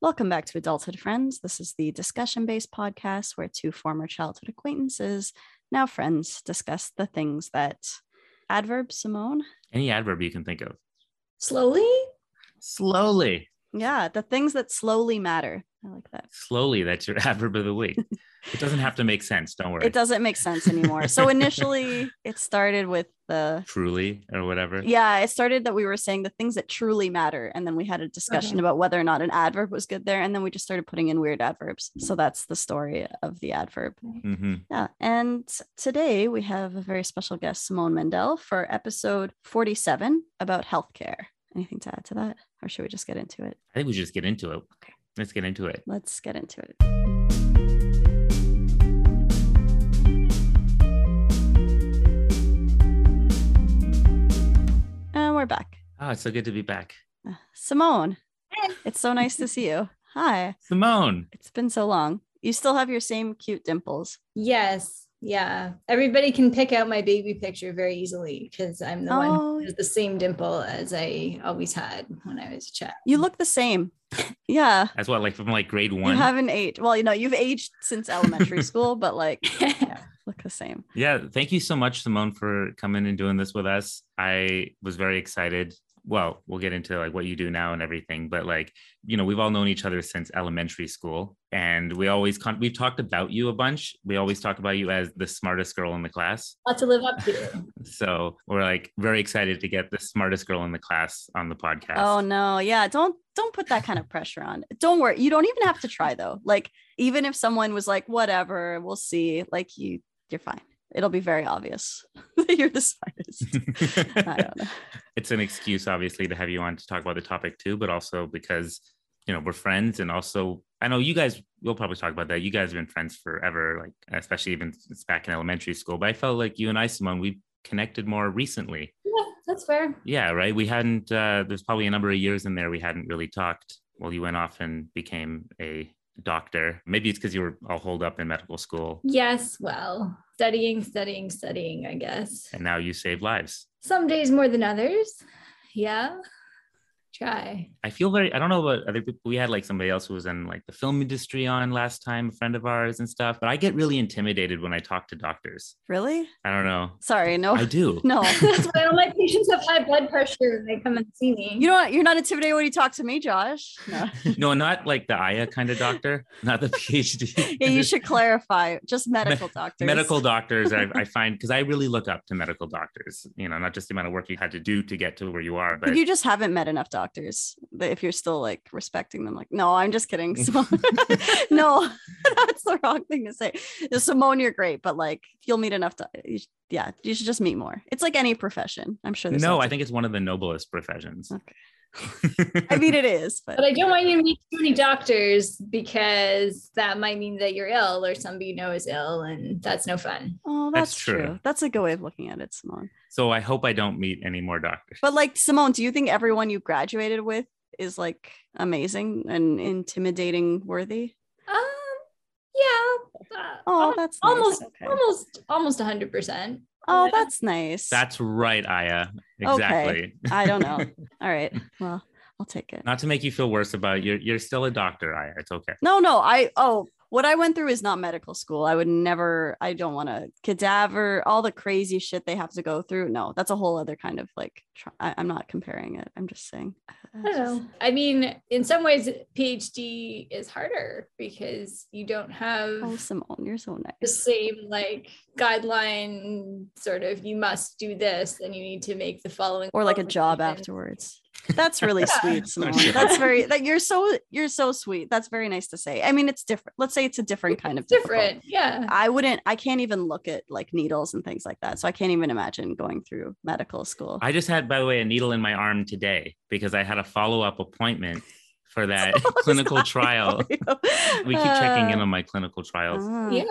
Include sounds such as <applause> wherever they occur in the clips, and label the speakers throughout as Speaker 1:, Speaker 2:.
Speaker 1: Welcome back to Adulthood Friends. This is the discussion based podcast where two former childhood acquaintances, now friends, discuss the things that adverb, Simone.
Speaker 2: Any adverb you can think of.
Speaker 3: Slowly?
Speaker 2: Slowly.
Speaker 1: Yeah, the things that slowly matter. I like that.
Speaker 2: Slowly, that's your <laughs> adverb of
Speaker 1: <laughs>
Speaker 2: the week. it doesn't have to make sense. Don't worry.
Speaker 1: It doesn't make sense anymore. so initially, it started with the
Speaker 2: Truly or whatever.
Speaker 1: yeah, it started that we were saying the things that truly matter. And then we had a discussion
Speaker 3: Okay.
Speaker 1: about whether or not an adverb was good there. And then we just started putting in weird adverbs. So that's the story of the adverb.
Speaker 2: hmm
Speaker 1: Yeah. And today we have a very special guest, Simone Mendel, for episode 47 about healthcare. Anything to add to that? Or should we just get into it?
Speaker 2: I think we should just get into it.
Speaker 1: Okay.
Speaker 2: Let's get into it.
Speaker 1: Let's get into it. And we're back.
Speaker 2: Oh, it's so good to be back.
Speaker 1: Uh, Simone,
Speaker 3: Hey.
Speaker 1: it's so nice to see you. Hi.
Speaker 2: Simone.
Speaker 1: It's been so long. You still have your same cute dimples.
Speaker 3: Yes. Yeah. Everybody can pick out my baby picture very easily because I'm the one
Speaker 1: Oh.
Speaker 3: who has the same dimple as I always had when I was a child.
Speaker 1: You look the same. <laughs> Yeah.
Speaker 2: That's what, like from like grade one.
Speaker 1: You haven't aged. Well, you know, you've aged since elementary
Speaker 2: <laughs>
Speaker 1: school, but like
Speaker 3: yeah.
Speaker 1: look the same.
Speaker 2: Yeah, thank you so much, Simone, for coming and doing this with us. I was very excited. Well, we'll get into like what you do now and everything, but like you know, we've all known each other since elementary school, and we always con- we've talked about you a bunch. We always talk about you as the smartest girl in the class.
Speaker 3: Lot to live up to.
Speaker 2: So we're like very excited to get the smartest girl in the class on the podcast.
Speaker 1: Oh
Speaker 2: <laughs>
Speaker 1: no. Yeah. Don't don't put that kind of pressure on. Don't worry. You don't even have to try though. Like, even if someone was like, whatever, we'll see. Like you you're fine. It'll be very obvious <laughs> that you're the smartest.
Speaker 2: <laughs>
Speaker 1: I don't know.
Speaker 2: it's an excuse obviously to have you on to talk about the topic too but also because you know we're friends and also i know you guys we'll probably talk about that you guys have been friends forever like especially even since back in elementary school but i felt like you and i simone we connected more recently
Speaker 3: Yeah, that's fair.
Speaker 2: yeah right we hadn't uh, there's probably a number of years in there we hadn't really talked well you went off and became a doctor maybe it's because you were all holed up in medical school
Speaker 3: Yes. Well, studying, studying, studying, I guess.
Speaker 2: and now you save lives
Speaker 3: Some days more than others. Yeah. Try. <laughs>
Speaker 2: I feel very, I don't know about other people. We had like somebody else who was in like the film industry on last time, a friend of ours and stuff. But I get really intimidated when I talk to doctors.
Speaker 1: Really?
Speaker 2: I don't know.
Speaker 1: Sorry, no.
Speaker 2: I do.
Speaker 1: Oh, <laughs> no.
Speaker 3: that's why all my patients have high blood pressure and they come and see me.
Speaker 1: You know what? You're not intimidated when you talk to me, Josh.
Speaker 2: <laughs>
Speaker 1: No.
Speaker 2: <laughs> No, not like the Aya kind of doctor, not the <laughs> PhD.
Speaker 1: Yeah, you should clarify. Just medical doctors.
Speaker 2: <laughs> Medical doctors, I,
Speaker 1: <laughs>
Speaker 2: I find, because I really look up to medical doctors, you know, not just the amount of work you had to do to get to where you are, but
Speaker 1: you just haven't met enough doctors that if you're still like respecting them like no i'm just kidding Simone. <laughs> no <laughs> that's the wrong thing to say simone you're great but like you'll meet enough to, you sh- yeah you should just meet more it's like any profession i'm sure there's
Speaker 2: no,
Speaker 1: lots
Speaker 2: I think it's one of the noblest professions.
Speaker 1: of- i mean it is but
Speaker 3: But I don't want you to meet too many doctors because that might mean that you're ill or somebody you know is ill, and that's no fun.
Speaker 1: oh that's,
Speaker 2: That's
Speaker 1: true.
Speaker 2: true.
Speaker 1: that's a good way of looking at it simone
Speaker 2: <laughs> so I hope I don't meet any more doctors.
Speaker 1: but like simone do you think everyone you graduated with is like amazing and intimidating worthy
Speaker 3: Um, yeah. uh,
Speaker 1: oh
Speaker 3: al-
Speaker 1: that's nice.
Speaker 3: almost,
Speaker 1: Okay.
Speaker 3: almost, almost hundred percent.
Speaker 1: oh that's nice
Speaker 2: That's right, Aya.
Speaker 1: Okay.
Speaker 2: Exactly.
Speaker 1: i don't know all right well i'll take it
Speaker 2: Not to make you feel worse about it, you're you're still a doctor, Aya. It's okay.
Speaker 1: No, no. I oh, what I went through is not medical school. I would never. I don't want to cadaver all the crazy shit they have to go through. No, that's a whole other kind of like. Tr- I, I'm not comparing it. I'm just saying.
Speaker 3: I don't know. I mean, in some ways, PhD is harder because you don't have
Speaker 1: Oh, Simone, you're so
Speaker 3: the
Speaker 1: nice.
Speaker 3: same like guideline sort of you must do this and you need to make the following
Speaker 1: Or like a job
Speaker 3: afterwards.
Speaker 1: afterwards. That's really
Speaker 3: Yeah.
Speaker 1: sweet, Simone.
Speaker 2: sure.
Speaker 1: That's very that you're so you're so sweet. That's very nice to say. I mean, it's different. Let's say it's a different kind of difficult.
Speaker 3: different. Yeah.
Speaker 1: I wouldn't. I can't even look at like needles and things like that. So I can't even imagine going through medical school.
Speaker 2: I just had, by the way, a needle in my arm today because I had a follow up appointment for that
Speaker 1: <laughs>
Speaker 2: clinical trial.
Speaker 1: we keep
Speaker 2: We keep checking
Speaker 1: Uh,
Speaker 2: in on my clinical trials.
Speaker 3: Yeah.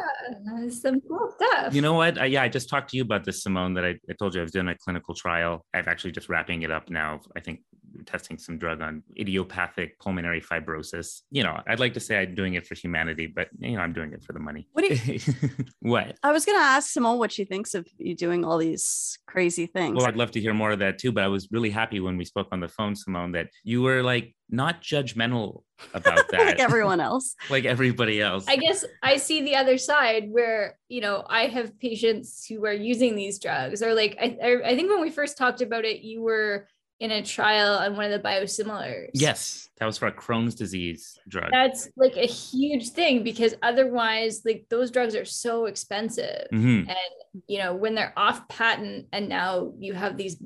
Speaker 3: that's Some cool stuff.
Speaker 2: You know what? I, yeah, I just talked to you about this, Simone, that I, I told you I was doing a clinical trial. I'm actually just wrapping it up now. I think testing some drug on idiopathic pulmonary fibrosis. You know, I'd like to say I'm doing it for humanity, but you know, I'm doing it for the money.
Speaker 1: What do
Speaker 2: <laughs> what?
Speaker 1: I was going to ask Simone what she thinks of you doing all these crazy things.
Speaker 2: Well, I'd love to hear more of that too, but I was really happy when we spoke on the phone, Simone, that you were like not judgmental about
Speaker 1: <laughs>
Speaker 2: that. <laughs>
Speaker 1: like everyone else.
Speaker 2: like everybody else.
Speaker 3: I guess I see the other side where, you know, I have patients who are using these drugs or like, I, I- I think when we first talked about it, you were in a trial on one of the biosimilars.
Speaker 2: yes, that was for a Crohn's disease drug.
Speaker 3: That's like a huge thing because otherwise, like those drugs are so expensive.
Speaker 2: Mhm.
Speaker 3: You know, when they're off patent and now you have these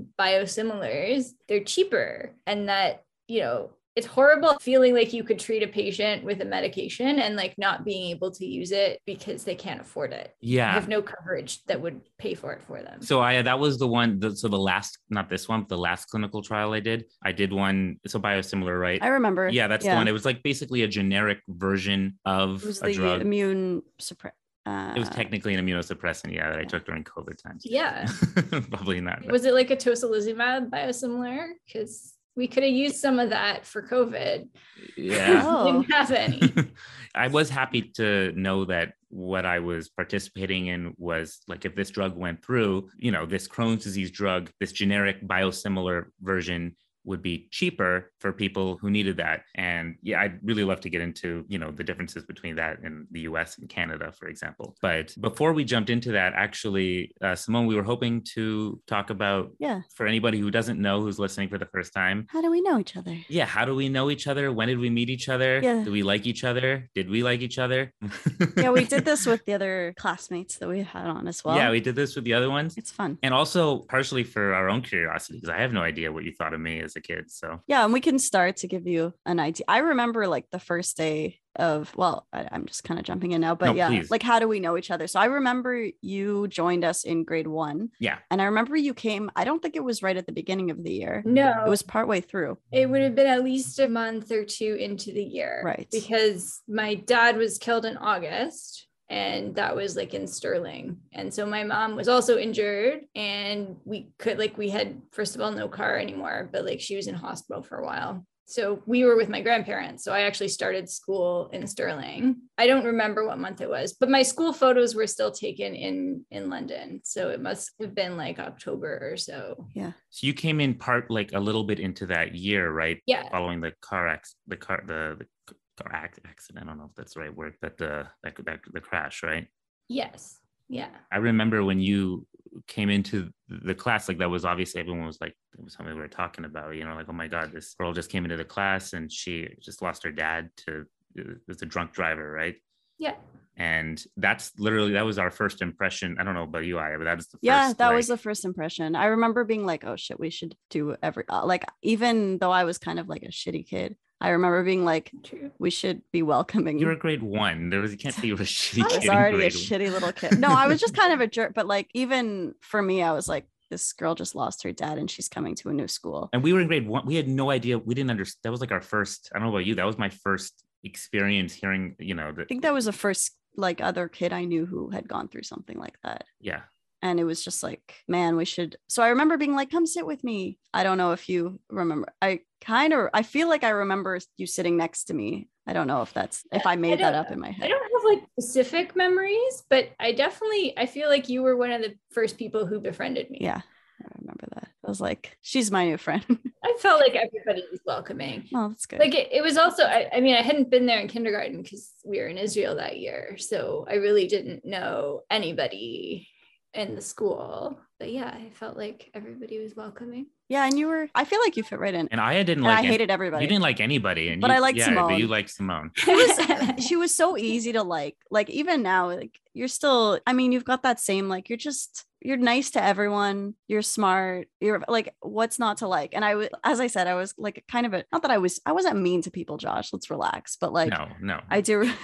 Speaker 3: biosimilars, they're cheaper. And that, you know, it's horrible feeling like you could treat a patient with a medication and like not being able to use it because they can't afford it. I
Speaker 2: Yeah.
Speaker 3: have no coverage that would pay for it for them.
Speaker 2: So I that was the one. The, so the last, not this one, but the last clinical trial I did, I did one. It's a biosimilar, right?
Speaker 1: I remember.
Speaker 2: yeah, that's the one. It was like basically a generic version of
Speaker 1: It was
Speaker 2: a
Speaker 1: the
Speaker 2: drug.
Speaker 1: immune suppress. Uh,
Speaker 2: it was technically an immunosuppressant, yeah, that I
Speaker 1: yeah.
Speaker 2: took during COVID times. <laughs>
Speaker 3: yeah.
Speaker 2: Probably not. but-
Speaker 3: Was it like a tocilizumab biosimilar? Because we could have used some of that for COVID. <laughs>
Speaker 2: yeah.
Speaker 1: Oh.
Speaker 3: Didn't have any.
Speaker 2: <laughs> I was happy to know that what I was participating in was like if this drug went through, you know, this Crohn's disease drug, this generic biosimilar version would be cheaper for people who needed that. And yeah, I'd really love to get into, you know, the differences between that and the US and Canada, for example. But before we jumped into that, actually, uh, Simone, we were hoping to talk about
Speaker 1: Yeah.
Speaker 2: for anybody who doesn't know who's listening for the first time,
Speaker 1: How do we know each other?
Speaker 2: yeah how do we know each other when did we meet each other
Speaker 1: Yeah.
Speaker 2: do we like each other did we like each other
Speaker 1: <laughs> Yeah, we did this with the other classmates that we had on as well.
Speaker 2: <laughs> yeah we did this with the other ones
Speaker 1: it's fun.
Speaker 2: and also partially for our own curiosity because i have no idea what you thought of me as a kid so
Speaker 1: Yeah, and we can start to give you an idea. I remember like the first day of well, I, I'm just kind of jumping in now, but
Speaker 2: No,
Speaker 1: yeah,
Speaker 2: please.
Speaker 1: like how do we know each other? So I remember you joined us in grade one,
Speaker 2: yeah
Speaker 1: and I remember you came. I don't think it was right at the beginning of the year;
Speaker 3: No,
Speaker 1: it was partway through.
Speaker 3: it would have been at least a month or two into the year.
Speaker 1: Right.
Speaker 3: Because my dad was killed in August and that was like in Sterling. And so my mom was also injured and we could like we had first of all no car anymore, but like she was in hospital for a while. So we were with my grandparents. So I actually started school in Sterling. I don't remember what month it was, but my school photos were still taken in in London. So it must have been like October or so.
Speaker 2: so you came in part like a little bit into that year right
Speaker 3: Yeah.
Speaker 2: following the car acc the car the, the car ac- accident i don't know if that's the right word but the that, that, the crash right
Speaker 3: Yes. Yeah.
Speaker 2: I remember when you came into the class, like that was obviously everyone was like, it was something we were talking about, you know, like, oh my God, this girl just came into the class and she just lost her dad to, it was a drunk driver, right?
Speaker 3: Yeah.
Speaker 2: And that's literally, that was our first impression. I don't know about you, Aya, but that was the
Speaker 1: Yeah,
Speaker 2: first,
Speaker 1: that
Speaker 2: like-
Speaker 1: was the first impression. I remember being like, "Oh shit, we should do every uh, like." Even though I was kind of like a shitty kid, I remember being like,
Speaker 3: True.
Speaker 1: "We should be welcoming."
Speaker 2: you were grade one. There was, you can't say you were a <laughs> shitty
Speaker 1: I
Speaker 2: kid
Speaker 1: was
Speaker 2: in
Speaker 1: already a
Speaker 2: grade one.
Speaker 1: shitty little kid. No, I was just kind of a jerk. But like, even for me, I was like, this girl just lost her dad and she's coming to a new school.
Speaker 2: And we were in grade one. We had no idea. We didn't understand. That was like our first, I don't know about you. That was my first experience hearing, you know,
Speaker 1: I
Speaker 2: that,
Speaker 1: think that was the first like other kid I knew who had gone through something like that.
Speaker 2: yeah.
Speaker 1: And it was just like, man, we should. So I remember being like, come sit with me. I don't know if you remember. I kind of, I feel like I remember you sitting next to me. I don't know if that's, if I made that
Speaker 3: don't
Speaker 1: up in my
Speaker 3: I
Speaker 1: head.
Speaker 3: don't have like specific memories, but I definitely I feel like you were one of the first people who befriended me.
Speaker 1: Yeah. I remember that. I was like, she's my new friend. <laughs>
Speaker 3: I felt like everybody was welcoming.
Speaker 1: oh, that's good.
Speaker 3: Like it, it was also I, I mean I hadn't been there in kindergarten because we were in Israel that year. So I really didn't know anybody in the school. But yeah, I felt like everybody was welcoming.
Speaker 1: yeah. And you were, I feel like you fit right in.
Speaker 2: And Aya didn't
Speaker 1: And
Speaker 2: like
Speaker 1: I
Speaker 2: any-
Speaker 1: hated everybody.
Speaker 2: You didn't like anybody, and
Speaker 1: But
Speaker 2: you-
Speaker 1: I liked
Speaker 2: yeah, But you
Speaker 1: Simone.
Speaker 2: liked Simone.
Speaker 1: <laughs> She was
Speaker 3: <laughs>
Speaker 1: she was so easy to like. Like even now, like you're still. I mean, you've got that same like. You're just you're nice to everyone. You're smart. You're like what's not to like. And I was as I said, I was like kind of a not that I was I wasn't mean to people, Josh. Let's relax. But like
Speaker 2: no, no. <laughs>
Speaker 1: I do. <laughs>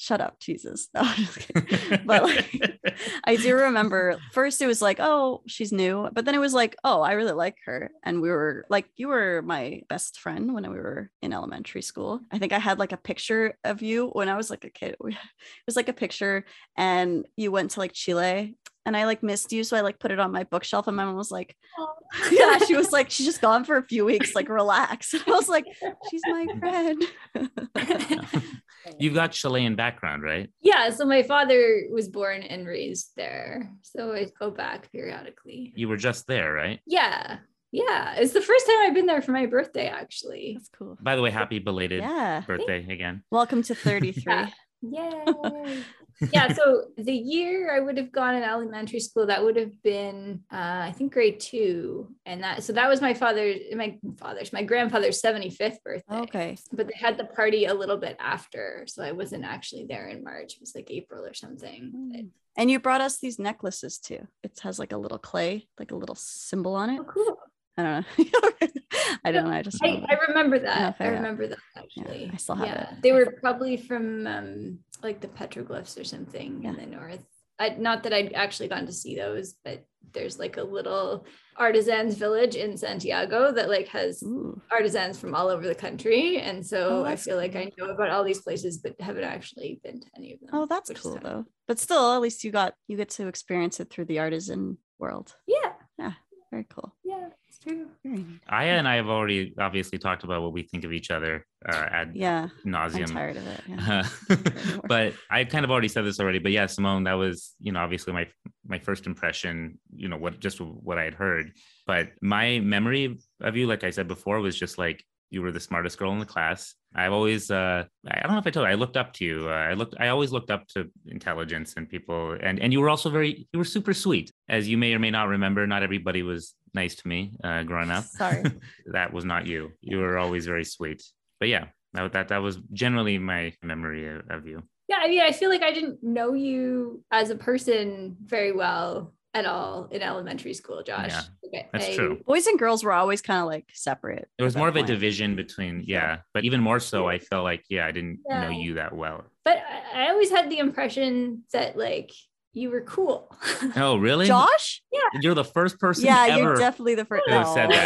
Speaker 1: shut up, Jesus. No, I'm just
Speaker 2: <laughs>
Speaker 1: kidding. But like. <laughs> I do remember first it was like, oh, she's new. But then it was like, oh, I really like her. And we were like, you were my best friend when we were in elementary school. I think I had like a picture <laughs> of you when I was like a kid. It was like a picture, and you went to like Chile. and I like missed you. So I like put it on my bookshelf and my mom was like, yeah, she was like, she's just gone for a few weeks, like relax. <laughs> And I was like, she's my friend. <laughs>
Speaker 2: You've got Chilean background, right?
Speaker 3: <laughs> yeah, so my father was born and raised there. So I go back periodically.
Speaker 2: You were just there, right?
Speaker 3: Yeah. Yeah. It's the first time I've been there for my birthday, actually.
Speaker 1: That's cool.
Speaker 2: By the way, happy belated
Speaker 1: Yeah.
Speaker 2: birthday again.
Speaker 1: Welcome to 33.
Speaker 3: Yeah. Yay. <laughs> yeah. So the year I would have gone in elementary school, that would have been, uh, I think, grade two. And that, so that was my father's, my father's, my grandfather's 75th birthday.
Speaker 1: Okay.
Speaker 3: But they had the party a little bit after. So I wasn't actually there in March. It was like April or something.
Speaker 1: Hmm.
Speaker 3: But-
Speaker 1: And you brought us these necklaces too. It has like a little clay, like a little symbol on it.
Speaker 3: Oh, cool.
Speaker 1: I don't know. <laughs> I don't know. I just
Speaker 3: I,
Speaker 1: remember.
Speaker 3: I remember that. I
Speaker 1: fair enough.
Speaker 3: remember that
Speaker 1: Yeah,
Speaker 3: actually.
Speaker 1: I still have it.
Speaker 3: They were probably from um, like the petroglyphs or something
Speaker 1: Yeah.
Speaker 3: in the north. I, not that I'd actually gone to see those, but there's like a little artisans village in Santiago that like has
Speaker 1: Ooh.
Speaker 3: artisans from all over the country. And
Speaker 1: Mm. Oh,
Speaker 3: so I
Speaker 1: that's
Speaker 3: feel like I know about all these places, but haven't actually been to any of them.
Speaker 1: Oh, that's
Speaker 3: which is
Speaker 1: cool
Speaker 3: fun.
Speaker 1: though. But still, at least you got you get to experience it through the artisan world.
Speaker 3: Yeah.
Speaker 1: Very cool.
Speaker 3: Yeah. It's true.
Speaker 1: Very neat.
Speaker 2: Aya and I have already obviously talked about what we think of each other uh, ad
Speaker 1: Yeah, I'm
Speaker 2: nauseum.
Speaker 1: tired of it. yeah.
Speaker 2: <laughs> Uh,
Speaker 1: anymore.
Speaker 2: but I kind of already said this already, but yeah, Simone, that was, you know, obviously my my first impression, you know, what just what I had heard. But my memory of you, like I said before, was just like you were the smartest girl in the class. I've always uh I don't know if I told you, I looked up to you. Uh, I looked I always looked up to intelligence and people and and you were also very you were super sweet. As you may or may not remember, not everybody was nice to me uh growing
Speaker 1: <laughs>
Speaker 2: up.
Speaker 1: Sorry.
Speaker 2: that was not you. You were always very sweet. But yeah, that that, that was generally my memory of, of you.
Speaker 3: Yeah, I mean, I feel like I didn't know you as a person very well at all in elementary school, Josh.
Speaker 2: Yeah,
Speaker 3: Like, I-
Speaker 2: that's
Speaker 3: I-
Speaker 2: true.
Speaker 1: Boys and girls were always kind of like separate.
Speaker 2: There was
Speaker 1: at
Speaker 2: more of
Speaker 1: that
Speaker 2: a
Speaker 1: point.
Speaker 2: division between,
Speaker 1: Sure.
Speaker 2: yeah, but even more so, I felt like, yeah, I didn't
Speaker 3: Yeah.
Speaker 2: know you that well.
Speaker 3: But I, I always had the impression that like you were cool.
Speaker 2: Oh,
Speaker 1: <laughs>
Speaker 2: really?
Speaker 1: Josh?
Speaker 2: You're the first person
Speaker 1: Yeah,
Speaker 2: ever.
Speaker 1: you're definitely the first.
Speaker 2: could have said
Speaker 1: No.
Speaker 3: <laughs>
Speaker 2: that.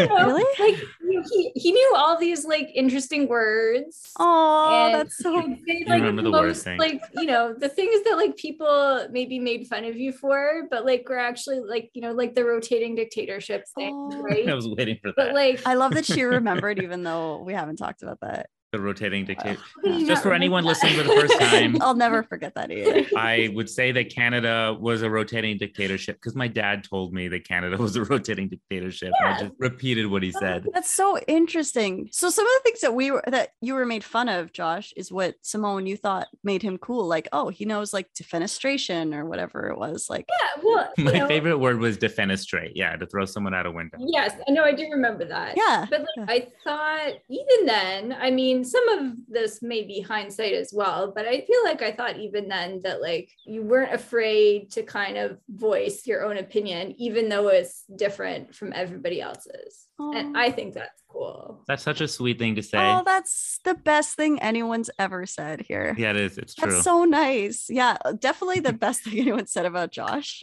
Speaker 3: I don't
Speaker 1: <laughs>
Speaker 3: know,
Speaker 1: Really?
Speaker 3: Like you- he, he knew all these like interesting words.
Speaker 1: Oh,
Speaker 3: <laughs> And
Speaker 1: that's so
Speaker 2: <laughs>
Speaker 3: I'd say,
Speaker 2: You remember the word thing.
Speaker 3: like you know the things that like people maybe made fun of you for, but like were actually like you know like the rotating dictatorship thing,
Speaker 1: Oh.
Speaker 2: <laughs>
Speaker 3: right?
Speaker 2: I was waiting for
Speaker 3: But
Speaker 2: that.
Speaker 3: like
Speaker 1: I love that she remembered, even though we haven't talked about that.
Speaker 2: the rotating dictator.
Speaker 3: how could you
Speaker 2: Just
Speaker 3: not
Speaker 2: for
Speaker 3: remember
Speaker 2: anyone
Speaker 3: that?
Speaker 2: listening for the first time,
Speaker 1: <laughs> I'll never forget that either.
Speaker 2: I would say that Canada was a rotating dictatorship because my dad told me that Canada <laughs> was a rotating dictatorship. and I
Speaker 3: Yeah.
Speaker 2: just repeated what he said.
Speaker 1: That's so interesting. So some of the things that we were that you were made fun of, Josh, is what Simone you thought made him cool. Like, oh, he knows like defenestration or whatever it was. Like,
Speaker 3: Yeah, well, you
Speaker 2: My
Speaker 3: know,
Speaker 2: favorite word was defenestrate. Yeah, to throw someone out a window.
Speaker 3: <laughs> Yes, I know. I do remember that.
Speaker 1: yeah,
Speaker 3: But like, I thought, even then, I mean, some of this may be hindsight as well, but I feel like I thought even then that like you weren't afraid to kind of voice your own opinion, even though it's different from everybody else's. And
Speaker 1: Aw.
Speaker 3: I think that's cool.
Speaker 2: That's such a sweet thing to say.
Speaker 1: Oh, that's the best thing anyone's ever said here.
Speaker 2: yeah, it is. It's true.
Speaker 1: That's so nice. Yeah, uh, definitely the best thing anyone said about Josh.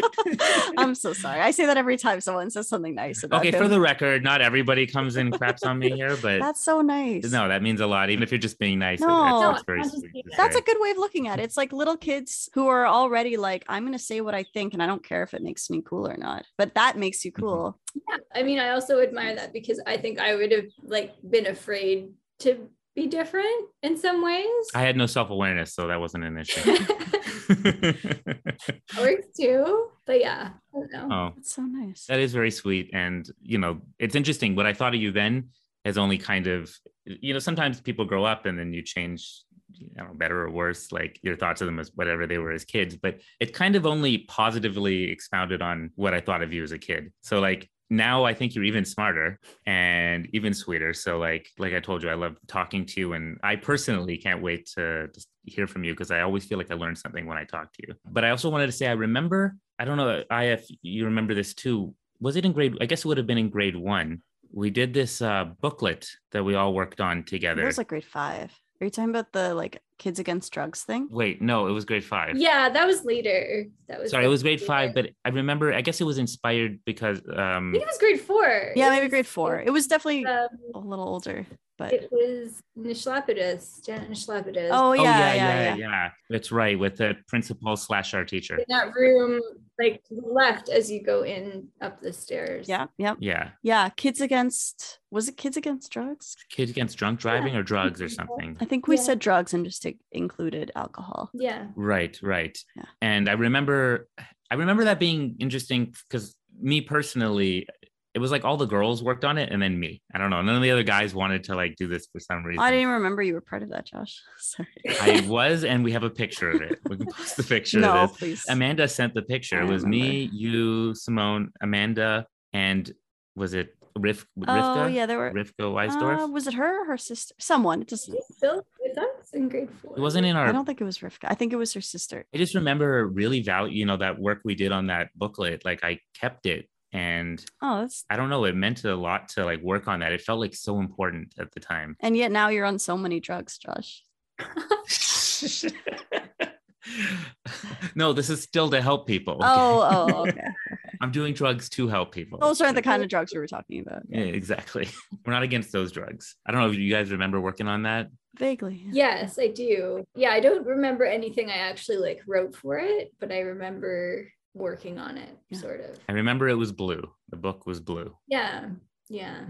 Speaker 1: <laughs> I'm so sorry. I say that every time someone says something nice about
Speaker 2: okay,
Speaker 1: him.
Speaker 2: for the record, not everybody comes and craps on me here, but
Speaker 1: that's so nice.
Speaker 2: no, that means a lot. Even if you're just being nice, it-
Speaker 1: No,
Speaker 2: that's, that's very
Speaker 3: I'm just
Speaker 2: sweet.
Speaker 3: being
Speaker 2: to
Speaker 1: That's
Speaker 2: say.
Speaker 1: a good way of looking at it. It's like little kids who are already like, I'm going to say what I think and I don't care if it makes me cool or not, but that makes you cool.
Speaker 3: Yeah. I mean, I also admire that because I think I would have like been afraid to be different in some ways. <laughs>
Speaker 2: I had no self awareness, so that wasn't an issue.
Speaker 1: <laughs>
Speaker 2: <laughs>
Speaker 3: that works too. But yeah, I don't know.
Speaker 2: oh,
Speaker 1: That's so nice.
Speaker 2: that is very sweet. And, you know, it's interesting. What I thought of you then has only kind of, you know, sometimes people grow up and then you change. you know, better or worse, like your thoughts of them as whatever they were as kids, but it kind of only positively expounded on what I thought of you as a kid. So like now I think you're even smarter and even sweeter. So like like I told you, I love talking to you, and I personally can't wait to just hear from you because I always feel like I learned something when I talk to you. But I also wanted to say I remember I don't know I if you remember this too. Was it in grade? I guess it would have been in grade one. We did this uh, booklet that we all worked on
Speaker 1: That
Speaker 2: together.
Speaker 1: was like grade five. Are you talking about the like kids against drugs thing?
Speaker 2: Wait, no, it was grade five.
Speaker 3: Yeah, that was later. That was
Speaker 2: Sorry, it was grade
Speaker 3: later.
Speaker 2: five, but I remember. I guess it was inspired because
Speaker 3: I
Speaker 2: um,
Speaker 3: think it was grade four.
Speaker 1: Yeah,
Speaker 3: It
Speaker 1: maybe
Speaker 3: was-
Speaker 1: grade four. It was definitely
Speaker 3: Um,
Speaker 1: a little older. but
Speaker 3: It was Nishlapidas, Janet Nishlapidas.
Speaker 1: oh yeah, yeah, yeah,
Speaker 2: yeah. That's right. With the principal slash our teacher.
Speaker 3: in that room, like to the left as you go in up the stairs.
Speaker 1: yeah, yeah,
Speaker 2: Yeah.
Speaker 1: yeah. Kids against was it Kids Against Drugs?
Speaker 2: Kids against drunk driving or drugs or something.
Speaker 1: I think we
Speaker 3: Yeah.
Speaker 1: said drugs and just i- included alcohol.
Speaker 3: Yeah.
Speaker 2: Right, right.
Speaker 1: Yeah.
Speaker 2: And I remember I remember that being interesting because me personally, it was like all the girls worked on it and then me. I don't know. None of the other guys wanted to like do this for some reason.
Speaker 1: I didn't remember you were part of that, Josh. <laughs> Sorry.
Speaker 3: <laughs>
Speaker 2: I was, and we have a picture of it. We can post the picture
Speaker 1: no,
Speaker 2: of this.
Speaker 1: please.
Speaker 2: Amanda sent the picture.
Speaker 1: I
Speaker 2: It was me, you, Simone, Amanda, and was it Rif- Rivka?
Speaker 1: oh yeah, there were.
Speaker 2: Rivka
Speaker 1: Uh,
Speaker 2: Weisdorf?
Speaker 1: was it her or her sister? Someone. It doesn't.
Speaker 3: She's still with us in grade four.
Speaker 2: it wasn't in our
Speaker 1: I don't think it was Rivka. I think it was her sister.
Speaker 2: I just remember really value, you know, that work we did on that booklet. Like I kept it and
Speaker 1: Oh, that's.
Speaker 2: I don't know, it meant a lot to like work on that. It felt like so important at the time.
Speaker 1: <laughs>
Speaker 2: <laughs>
Speaker 1: And yet now you're on so many drugs, Josh.
Speaker 2: no, this is still to help people. okay?
Speaker 1: Oh, oh,
Speaker 2: <laughs>
Speaker 1: okay.
Speaker 2: I'm doing drugs to help people.
Speaker 1: Those aren't the kind of drugs we were talking about.
Speaker 2: Yeah, exactly. <laughs> We're not against those drugs. I don't know if you guys remember working on that.
Speaker 1: Vaguely.
Speaker 3: Yes, I do. Yeah, I don't remember anything I actually like wrote for it, but I remember working on it
Speaker 1: Yeah.
Speaker 3: sort of.
Speaker 2: I remember it was blue. The book was blue.
Speaker 3: Yeah. Yeah.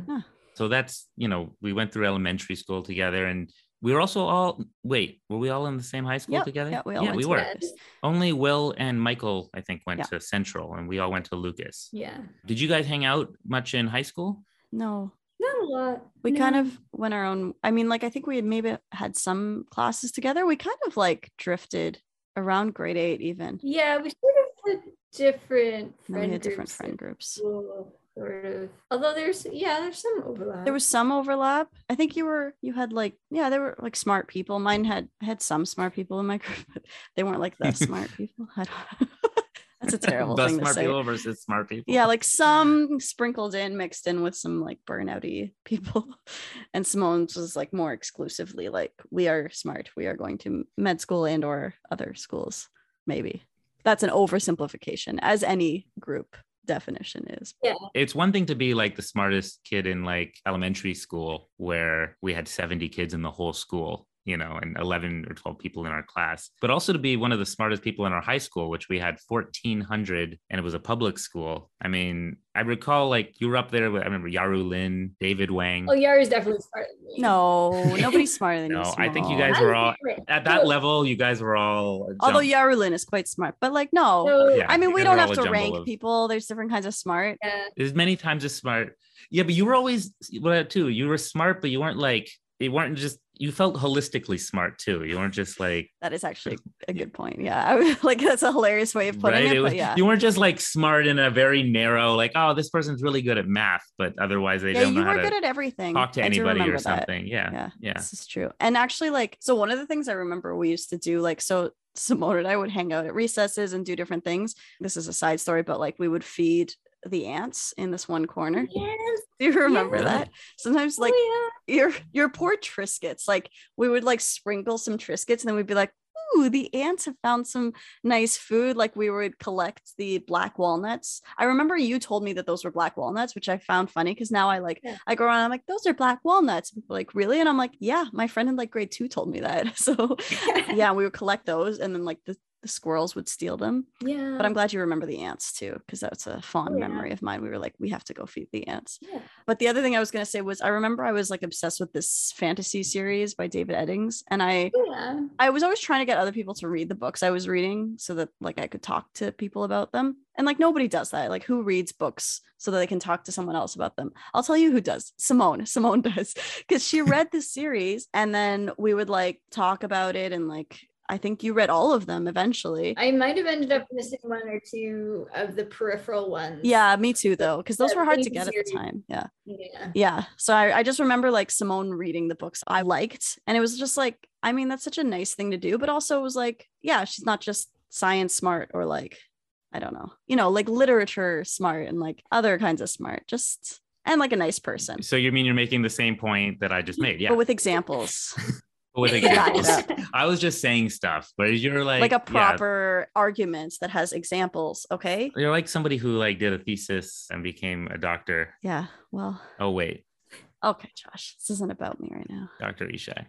Speaker 2: So that's, you know, we went through elementary school together and we were also all, wait, were we all in the same high school
Speaker 1: Yep,
Speaker 2: together?
Speaker 1: yeah, we all
Speaker 2: yeah,
Speaker 1: went
Speaker 2: we
Speaker 1: to
Speaker 2: were.
Speaker 3: Yes.
Speaker 2: Only Will and Michael, I think, went
Speaker 1: Yeah.
Speaker 2: to Central and we all went to Lucas.
Speaker 3: Yeah.
Speaker 2: Did you guys hang out much in high school?
Speaker 1: No,
Speaker 3: Not a lot.
Speaker 1: we
Speaker 3: no.
Speaker 1: kind of went our own. I mean, like, I think we had maybe had some classes together. We kind of like drifted around grade eight, even.
Speaker 3: Yeah, we sort of had different
Speaker 1: And then we
Speaker 3: friend
Speaker 1: had different
Speaker 3: groups
Speaker 1: friend
Speaker 3: at
Speaker 1: groups.
Speaker 3: school, Sort of. Although there's yeah, there's some overlap.
Speaker 1: There was some overlap. I think you were, you had like, yeah, there were like smart people. Mine had had some smart people in my <laughs> group, but they weren't like the
Speaker 2: <laughs>
Speaker 1: smart people. I don't <laughs> That's a terrible
Speaker 2: the
Speaker 1: thing
Speaker 2: smart
Speaker 1: to say.
Speaker 2: people versus smart people.
Speaker 1: yeah like some sprinkled in mixed in with some like burnouty <laughs> people and simone's was like more exclusively like we are smart we are going to med school and or other schools maybe that's an oversimplification as any group definition is
Speaker 2: It's one thing to be like the smartest kid in like elementary school where we had 70 kids in the whole school, you know, and 11 or 12 people in our class, but also to be one of the smartest people in our high school, which we had 1,400 and it was a public school. I mean, I recall like you were up there with, I remember Yaru Lin, David Wang.
Speaker 3: Oh, Yari's definitely smarter than me.
Speaker 1: no nobody's smarter than you
Speaker 2: <laughs> No, I think you
Speaker 1: Simone.
Speaker 2: guys
Speaker 3: I
Speaker 2: were
Speaker 3: was
Speaker 2: all
Speaker 3: different.
Speaker 2: at that
Speaker 3: No,
Speaker 2: level, you guys were all. a
Speaker 1: although
Speaker 2: jump.
Speaker 1: yarulin is quite smart but like no
Speaker 3: no, uh,
Speaker 2: Yeah.
Speaker 1: i mean
Speaker 2: you
Speaker 1: we
Speaker 2: guys are
Speaker 1: don't have
Speaker 2: all a
Speaker 1: to
Speaker 2: jumble
Speaker 1: rank
Speaker 2: of-
Speaker 1: people there's different kinds of smart
Speaker 3: yeah.
Speaker 2: There's many times as smart. Yeah, but you were always well too. You were smart, but you weren't like you weren't just you felt holistically smart too. You weren't just like
Speaker 1: that is
Speaker 2: <laughs>
Speaker 1: actually a good point yeah I was, <laughs> like that's a hilarious way of putting
Speaker 2: right?
Speaker 1: it
Speaker 2: was-
Speaker 1: but yeah
Speaker 2: You weren't just like smart in a very narrow, like, oh, this person's really good at math, but otherwise they
Speaker 1: yeah
Speaker 2: don't
Speaker 1: you
Speaker 2: know how
Speaker 1: were
Speaker 2: to
Speaker 1: good at everything
Speaker 2: talk to
Speaker 1: I do
Speaker 2: anybody or
Speaker 1: remember that.
Speaker 2: something. Yeah.
Speaker 1: yeah
Speaker 2: Yeah.
Speaker 1: This is true. And actually, like, so one of the things I remember we used to do, like, so Simone and I would hang out at recesses and do different things. This is a side story, but like, we would feed the ants in this one corner.
Speaker 3: Yes.
Speaker 1: Do you remember
Speaker 2: Yeah.
Speaker 1: that? Sometimes, like,
Speaker 3: oh,
Speaker 1: your your poor Triscuits, like, we would like sprinkle some Triscuits and then we'd be like, Ooh, the ants have found some nice food. Like we would collect the black walnuts. I remember you told me that those were black walnuts, which I found funny because now I like I go around, I'm like, those are black walnuts. And people are like, really? And I'm like, yeah, my friend in like grade two told me that. <laughs> So
Speaker 3: yeah.
Speaker 1: yeah, we would collect those and then like the, the squirrels would steal them.
Speaker 3: <laughs> yeah.
Speaker 1: But I'm glad you remember the ants too, because that's a fond
Speaker 3: Mm. Oh, yeah.
Speaker 1: memory of mine. We were like, we have to go feed the ants.
Speaker 3: Yeah.
Speaker 1: But the other thing I was going to say was I remember I was like obsessed with this fantasy series by David Eddings. And I,
Speaker 3: Yeah.
Speaker 1: I was always trying to get other people to read the books I was reading so that like I could talk to people about them. And like nobody does that. Like who reads books so that they can talk to someone else about them? I'll tell you who does. Simone. Simone <laughs> does cuz she read this series and then we would like talk about it and like I think you read all of them eventually.
Speaker 3: I might have ended up missing one or two of the peripheral ones.
Speaker 1: yeah, me too though, because those
Speaker 3: Yeah,
Speaker 1: were hard
Speaker 3: reading
Speaker 1: to get at the
Speaker 3: series.
Speaker 1: time. Yeah.
Speaker 3: Yeah.
Speaker 1: Yeah. So I, I just remember like Simone reading the books I liked. And it was just like, I mean, that's such a nice thing to do. But also it was like, yeah, she's not just science smart or like, I don't know, you know, like literature smart and like other kinds of smart, just and like a nice person,
Speaker 2: So you mean you're making the same point that I just made? Yeah.
Speaker 1: but with examples,
Speaker 2: But
Speaker 3: <laughs>
Speaker 2: with
Speaker 1: back it
Speaker 2: examples.
Speaker 1: up.
Speaker 2: <laughs> I was just saying stuff, but you're like
Speaker 1: like, a
Speaker 2: yeah,
Speaker 1: proper argument that has examples. Okay.
Speaker 2: you're like somebody who like did a thesis and became a doctor.
Speaker 1: Yeah. Well,
Speaker 2: Oh wait.
Speaker 1: Okay, Josh, this isn't about me right now.
Speaker 2: Dr. Ishai.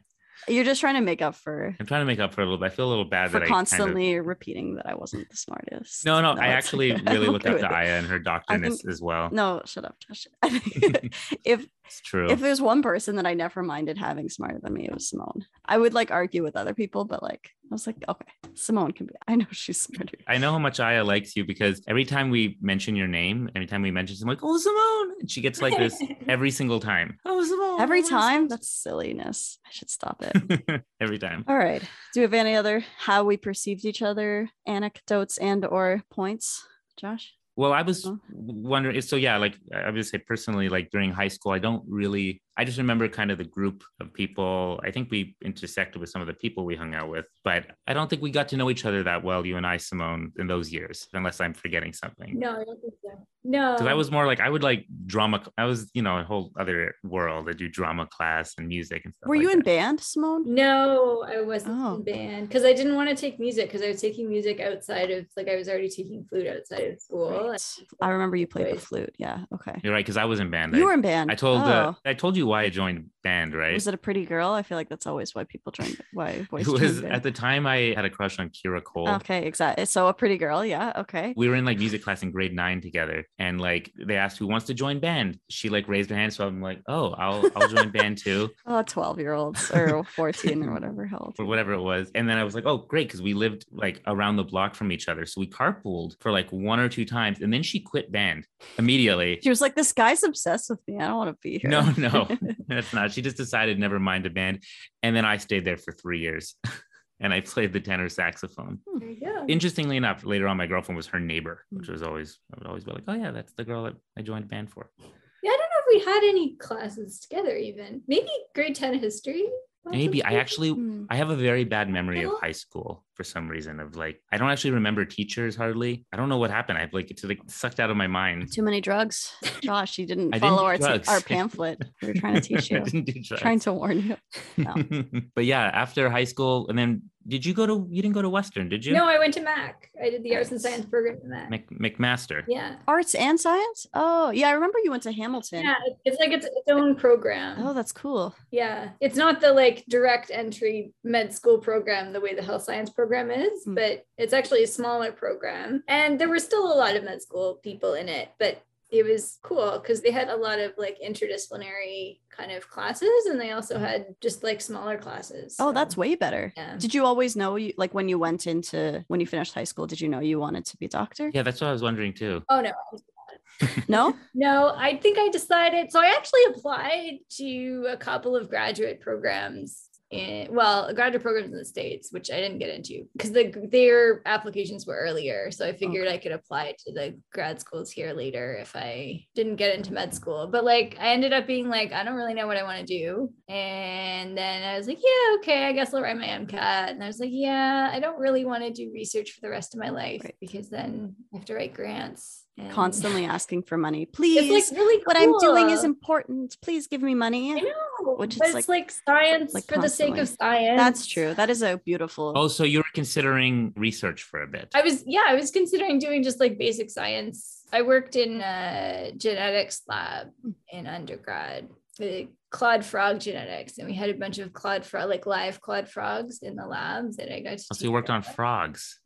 Speaker 1: You're just trying to make up for
Speaker 2: I'm trying to make up for a little bit. I feel a little bad
Speaker 1: for
Speaker 2: that I kind
Speaker 1: constantly repeating that I wasn't the smartest.
Speaker 2: of, No, no, I
Speaker 1: it's <laughs>
Speaker 2: actually
Speaker 1: okay. I'm
Speaker 2: really looked
Speaker 1: okay
Speaker 2: up
Speaker 1: with
Speaker 2: to
Speaker 1: it.
Speaker 2: Aya and her doctorness as well.
Speaker 1: No, shut up, Josh. <laughs> I think
Speaker 2: <laughs>
Speaker 1: if
Speaker 2: It's true.
Speaker 1: if there's one person that I never minded having smarter than me, it was Simone. I would like argue with other people, but like I was like, okay, Simone can be. I know she's smarter.
Speaker 2: I know how much Aya likes you because every time we mention your name, every time we mention someone, like, oh, Simone, and she gets like this every single time. Oh, Simone.
Speaker 1: Every
Speaker 2: oh,
Speaker 1: time, that's silliness. I should stop
Speaker 2: <laughs>
Speaker 1: it.
Speaker 2: Simone. every time.
Speaker 1: All right. Do we have any other how we perceived each other anecdotes and or points, Josh?
Speaker 2: Well, I was
Speaker 1: Huh?
Speaker 2: wondering. So yeah, like I would say personally, like during high school, I don't really. I just remember kind of the group of people. I think we intersected with some of the people we hung out with, but I don't think we got to know each other that well, you and I, Simone, in those years, unless I'm forgetting something.
Speaker 3: <laughs> No, I don't think so. No.
Speaker 2: Because I
Speaker 1: Um,
Speaker 2: was more like I would like drama. I was, you know, a whole other world. I do drama class and music and stuff.
Speaker 1: Were
Speaker 2: like
Speaker 1: you in
Speaker 2: that.
Speaker 1: band, Simone?
Speaker 3: No, I wasn't
Speaker 1: Oh.
Speaker 3: in band because I didn't want to take music because I was taking music outside of like I was already taking flute outside of school.
Speaker 1: Right. I remember you played the
Speaker 3: Anyways.
Speaker 1: flute. Yeah. Okay.
Speaker 2: You're right, because I was in band. I,
Speaker 1: You were in band.
Speaker 2: I told. Uh,
Speaker 1: Oh.
Speaker 2: I told you why I joined band, right? <laughs>
Speaker 1: Was it a pretty girl? I feel like that's always why people join. Why boys
Speaker 2: it
Speaker 1: join
Speaker 2: was
Speaker 1: band.
Speaker 2: at the time I had a crush on Kira Cole.
Speaker 1: Okay, exactly. So a pretty girl, yeah. Okay.
Speaker 2: we were in like music class in grade nine together and like they asked who wants to join band she like raised her hand so i'm like oh i'll i'll join band
Speaker 1: <laughs>
Speaker 2: too
Speaker 1: Oh, 12 year olds
Speaker 2: <laughs>
Speaker 1: or 14 or whatever how old.
Speaker 2: or whatever it was and then i was like oh great because we lived like around the block from each other so we carpooled for like one or two times and then she quit band
Speaker 1: <laughs>
Speaker 2: immediately
Speaker 1: She was like, This guy's obsessed with me. I don't want to be here.
Speaker 2: no <laughs> no that's not she just decided never mind a band and then i stayed there for three years <laughs> and i played the tenor saxophone
Speaker 1: Mm.
Speaker 3: There you go.
Speaker 2: interestingly enough later on my girlfriend was her neighbor which
Speaker 1: Mm.
Speaker 2: was always i would always be like oh yeah that's the girl that i joined band for
Speaker 1: Oh,
Speaker 3: Yeah, I don't know if we had any classes together even. Maybe grade 10 history.
Speaker 2: maybe i actually
Speaker 1: <laughs> Hmm.
Speaker 2: I have a very bad memory of
Speaker 3: Well-
Speaker 2: high school for some reason. Of like, I don't actually remember teachers hardly. I don't know what happened. I've like it's like sucked out of my mind.
Speaker 1: Too many drugs. Josh, you didn't
Speaker 2: <laughs> I didn't
Speaker 1: follow
Speaker 2: do
Speaker 1: our, t-
Speaker 2: drugs.
Speaker 1: our pamphlet. We were trying to teach
Speaker 2: <laughs> I
Speaker 1: you,
Speaker 2: didn't do drugs.
Speaker 1: trying to warn
Speaker 2: <laughs>
Speaker 1: you.
Speaker 2: but yeah, after high school, and then did you go to? You didn't go to Western, did you?
Speaker 3: No, I went to Mac. I did the arts and
Speaker 1: Nice.
Speaker 3: science program at Mac.
Speaker 2: Mc, McMaster.
Speaker 3: Yeah.
Speaker 1: Arts and science? Oh, yeah. I remember you went to Hamilton.
Speaker 3: Yeah, it- it's like it's its own program.
Speaker 1: Oh, that's cool.
Speaker 3: Yeah, it's not the like direct entry med school program the way the health science program is,
Speaker 1: Hmm.
Speaker 3: but it's actually a smaller program. And there were still a lot of med school people in it, but it was cool because they had a lot of like interdisciplinary kind of classes and they also had just like smaller classes.
Speaker 1: Oh,
Speaker 3: So,
Speaker 1: that's way better.
Speaker 3: yeah.
Speaker 1: Did you always know you like when you went into when you finished high school, did you know you wanted to be a doctor?
Speaker 2: Yeah, that's what I was wondering too.
Speaker 3: Oh no. <laughs>
Speaker 1: No?
Speaker 3: No, I think I decided. So I actually applied to a couple of graduate programs. In, well, graduate programs in the states, which I didn't get into because the, their applications were earlier. So I figured I could apply to the grad schools here later if I didn't get into med school. But like, I ended up being like, I don't really know what I want to do. And then I was like, yeah, okay, I guess I'll write my MCAT. And I was like, yeah, I don't really want to do research for the rest of my life
Speaker 1: Right.
Speaker 3: because then I have to write grants. and-
Speaker 1: Constantly asking for money.
Speaker 3: it's
Speaker 1: Please.
Speaker 3: like really
Speaker 1: What I'm doing is
Speaker 3: cool.
Speaker 1: important. Please give me money.
Speaker 3: I know,
Speaker 1: which
Speaker 3: but
Speaker 1: is,
Speaker 3: it's like, science
Speaker 1: like,
Speaker 3: for the sake of science.
Speaker 1: That's true. That is a beautiful.
Speaker 2: Oh, so you were considering research for a bit.
Speaker 3: I was yeah, I was considering doing just like basic science. I worked in a genetics lab in undergrad, the Claude frog genetics, and we had a bunch of Claude frog, like live Claude frogs in the labs that I got to.
Speaker 2: Oh, so
Speaker 3: teach
Speaker 2: you worked on
Speaker 3: about.
Speaker 2: frogs.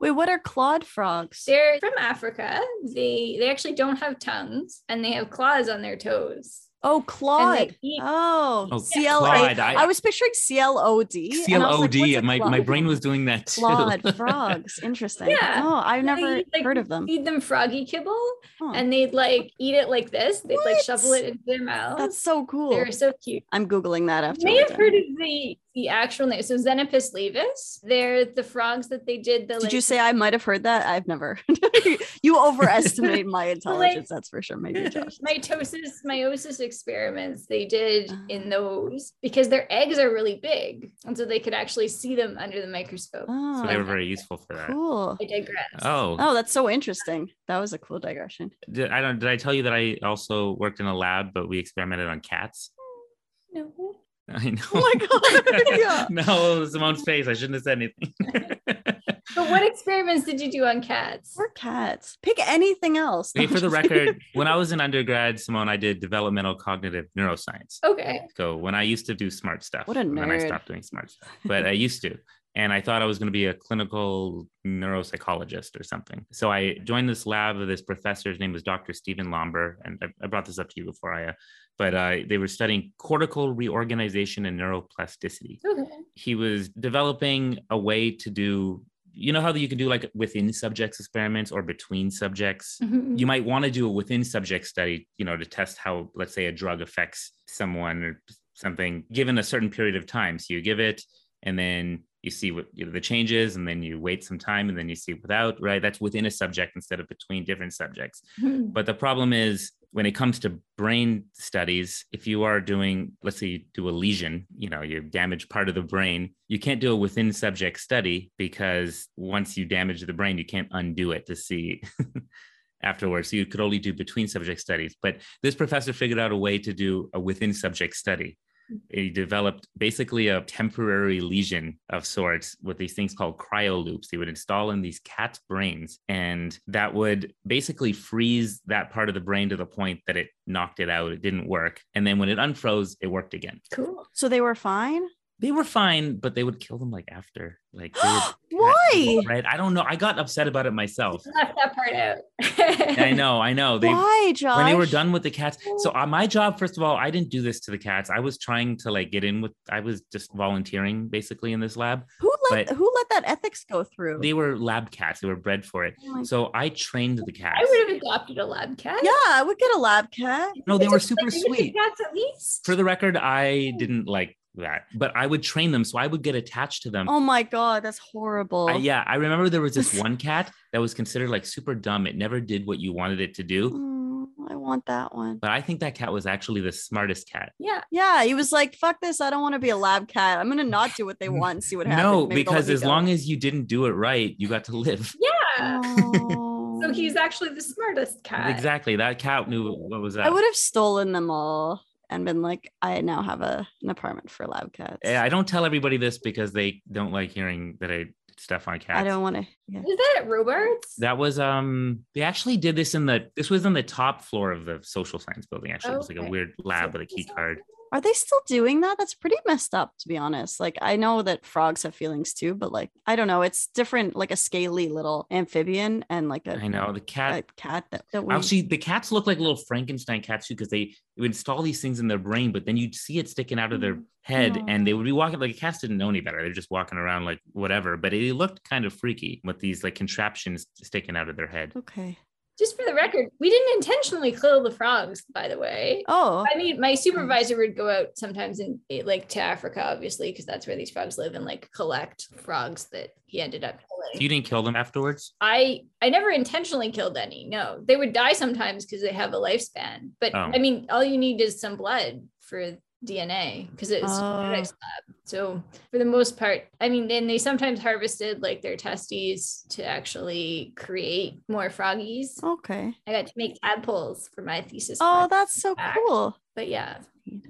Speaker 1: Wait, what are clawed frogs?
Speaker 3: They're from Africa. They they actually don't have tongues and they have claws on their toes.
Speaker 1: oh,
Speaker 3: And
Speaker 1: clawed.
Speaker 3: they eat
Speaker 1: Oh,
Speaker 2: Oh,
Speaker 1: C L A.
Speaker 2: Claude,
Speaker 1: I
Speaker 2: I,
Speaker 1: was picturing C L O D.
Speaker 2: C
Speaker 1: and
Speaker 2: L
Speaker 1: I was
Speaker 2: O
Speaker 1: like, what's
Speaker 2: D.
Speaker 1: a
Speaker 2: My my
Speaker 1: clawed?
Speaker 2: brain was <laughs> doing that too. <laughs>
Speaker 1: clawed frogs. Interesting.
Speaker 3: Yeah.
Speaker 1: Oh, I've
Speaker 3: They
Speaker 1: never
Speaker 3: eat, like,
Speaker 1: heard of them.
Speaker 3: Feed them froggy kibble
Speaker 1: Huh.
Speaker 3: and they'd like eat it like this. They'd like
Speaker 1: What?
Speaker 3: shovel it into their mouth.
Speaker 1: That's so cool.
Speaker 3: They're so cute.
Speaker 1: I'm googling that after.
Speaker 3: You may
Speaker 1: we're
Speaker 3: have
Speaker 1: done.
Speaker 3: heard of the the actual name. So Xenopus levis. They're the frogs that they did the
Speaker 1: Did
Speaker 3: like,
Speaker 1: you say I might have heard that? I've never. <laughs> you overestimate
Speaker 3: <laughs>
Speaker 1: my intelligence. that's for sure. Maybe Josh.
Speaker 3: mitosis meiosis experiments they did
Speaker 1: Ah.
Speaker 3: in those because their eggs are really big and so they could actually see them under the microscope.
Speaker 1: Oh,
Speaker 2: So they were very useful for that.
Speaker 1: cool.
Speaker 3: I digress.
Speaker 2: Oh,
Speaker 1: Oh, that's so interesting. That was a cool digression.
Speaker 2: did, I don't. Did I tell you that I also worked in a lab, but we experimented on cats? <laughs>
Speaker 3: No.
Speaker 2: I know.
Speaker 1: Oh my god. <laughs> yeah.
Speaker 2: <laughs>
Speaker 1: <laughs>
Speaker 2: no, Simone's face. I shouldn't have said anything.
Speaker 3: But what experiments did you do on cats?
Speaker 1: Or cats. Pick anything else.
Speaker 2: Hey, for the record, when I was in undergrad, Simone, I did developmental cognitive neuroscience.
Speaker 3: Okay.
Speaker 2: So when I used to do smart stuff,
Speaker 1: What a
Speaker 2: and then I
Speaker 1: nerd.
Speaker 2: stopped doing
Speaker 1: <laughs>
Speaker 2: smart stuff, but I used to. And I thought I was going to be a clinical neuropsychologist or something. So I joined this lab of this professor. His name was Dr. Stephen Lomber. And I, I brought this up to you before, Aya. But uh, they were studying cortical reorganization and neuroplasticity
Speaker 3: Okay.
Speaker 2: he was developing a way to do you know how you can do like within subjects experiments or between subjects
Speaker 3: Mhm.
Speaker 1: <laughs>
Speaker 2: you might want to do a within subject study you know to test how let's say a drug affects someone or something given a certain period of time so you give it and then you see what you know, the changes and then you wait some time and then you see without right that's within a subject instead of between different subjects
Speaker 3: Mhm.
Speaker 2: but the problem is when it comes to brain studies, if you are doing, let's say you do a lesion, you know, you damage part of the brain, you can't do a within subject study because once you damage the brain, you can't undo it to see <laughs> afterwards. So you could only do between subject studies. But this professor figured out a way to do a within subject study. He developed basically a temporary lesion of sorts with these things called cryo loops. He would install in these cats' brains, and that would basically freeze that part of the brain to the point that it knocked it out. It didn't work. And then when it unfroze, it worked again.
Speaker 3: Cool.
Speaker 1: <laughs> so they were fine?
Speaker 2: They were fine, but they would kill them like after. Like, <gasps> they
Speaker 1: <gasps>
Speaker 2: would-
Speaker 1: Why?
Speaker 2: Right? I don't know. I got upset about it myself.
Speaker 3: Left that part out.
Speaker 2: I know. I know. They
Speaker 1: Why, Josh?
Speaker 2: when they were done with the cats. So on my job, first of all, I didn't do this to the cats. I was trying to like get in with. I was just volunteering basically in this lab.
Speaker 1: who let
Speaker 2: but-
Speaker 1: who let that ethics go through?
Speaker 2: They were lab cats. They were bred for it.
Speaker 1: Oh my-
Speaker 2: So I trained the cats.
Speaker 3: <laughs> I would have adopted a lab cat.
Speaker 1: yeah, I would get a lab cat.
Speaker 2: No, Oh, they
Speaker 3: It's
Speaker 2: were
Speaker 3: just
Speaker 2: super
Speaker 3: like, you get the
Speaker 2: sweet.
Speaker 3: Cats at least.
Speaker 2: For the record, I didn't like that, but I would train them. So I would get attached to them.
Speaker 1: Oh my god, that's horrible.
Speaker 2: I- yeah, I remember there was this one cat that was considered like super dumb. It never did what you wanted it to do.
Speaker 1: Mm, I want that one.
Speaker 2: But I think that cat was actually the smartest cat.
Speaker 3: yeah.
Speaker 1: Yeah, he was like, "Fuck this! I don't want to be a lab cat. I'm gonna not do
Speaker 2: <laughs>
Speaker 1: what they
Speaker 2: N-
Speaker 1: want and see what happens."
Speaker 2: No, because as <laughs> long as you didn't do it right, you got to live.
Speaker 3: yeah. So he's actually the smartest cat.
Speaker 2: Exactly. That cat knew what was that.
Speaker 1: I would have stolen them all and been like, "I now have a, an apartment for lab cats."
Speaker 2: Yeah, Eh, I don't tell everybody this because they don't like hearing that I did stuff on cats.
Speaker 1: I don't want to. Yeah.
Speaker 3: Is that at Robarts?
Speaker 2: That was um. They actually did this in the. This was on the top floor of the social science building. Actually, it was like a
Speaker 3: Okay.
Speaker 2: weird lab with a key card.
Speaker 1: Are they still doing that? That's pretty messed up, to be honest. Like, I know that frogs have feelings too, but like, I don't know. It's different, like a scaly little amphibian and like a,
Speaker 2: I know the
Speaker 1: a
Speaker 2: cat.
Speaker 1: cat that, that we.
Speaker 2: Actually, the cats look like little Frankenstein cats too, because they would install these things in their brain, but then you'd see it sticking out of their
Speaker 1: Mm.
Speaker 2: head, and they
Speaker 1: Aw.
Speaker 2: would be walking like cats didn't know any better. They're just walking around like whatever, but it looked kind of freaky with these like contraptions sticking out of their head.
Speaker 1: okay.
Speaker 3: Just for the record, we didn't intentionally kill the frogs, by the way.
Speaker 1: Oh,
Speaker 3: I mean, my supervisor would go out sometimes and eh, like to Africa, obviously, because that's where these frogs live and like collect frogs that he ended up killing.
Speaker 2: You didn't kill them afterwards.
Speaker 3: I I never intentionally killed any. No, they would die sometimes because they have a lifespan. But
Speaker 2: Oh.
Speaker 3: I mean, all you need is some blood for DNA because it's
Speaker 1: Oh.
Speaker 3: genetics lab. So for the most part, I mean, then they sometimes harvested like their testes to actually create more froggies.
Speaker 1: okay.
Speaker 3: I got to make tadpoles for my thesis.
Speaker 1: Oh,
Speaker 3: project.
Speaker 1: that's so
Speaker 3: back.
Speaker 1: cool.
Speaker 3: but yeah,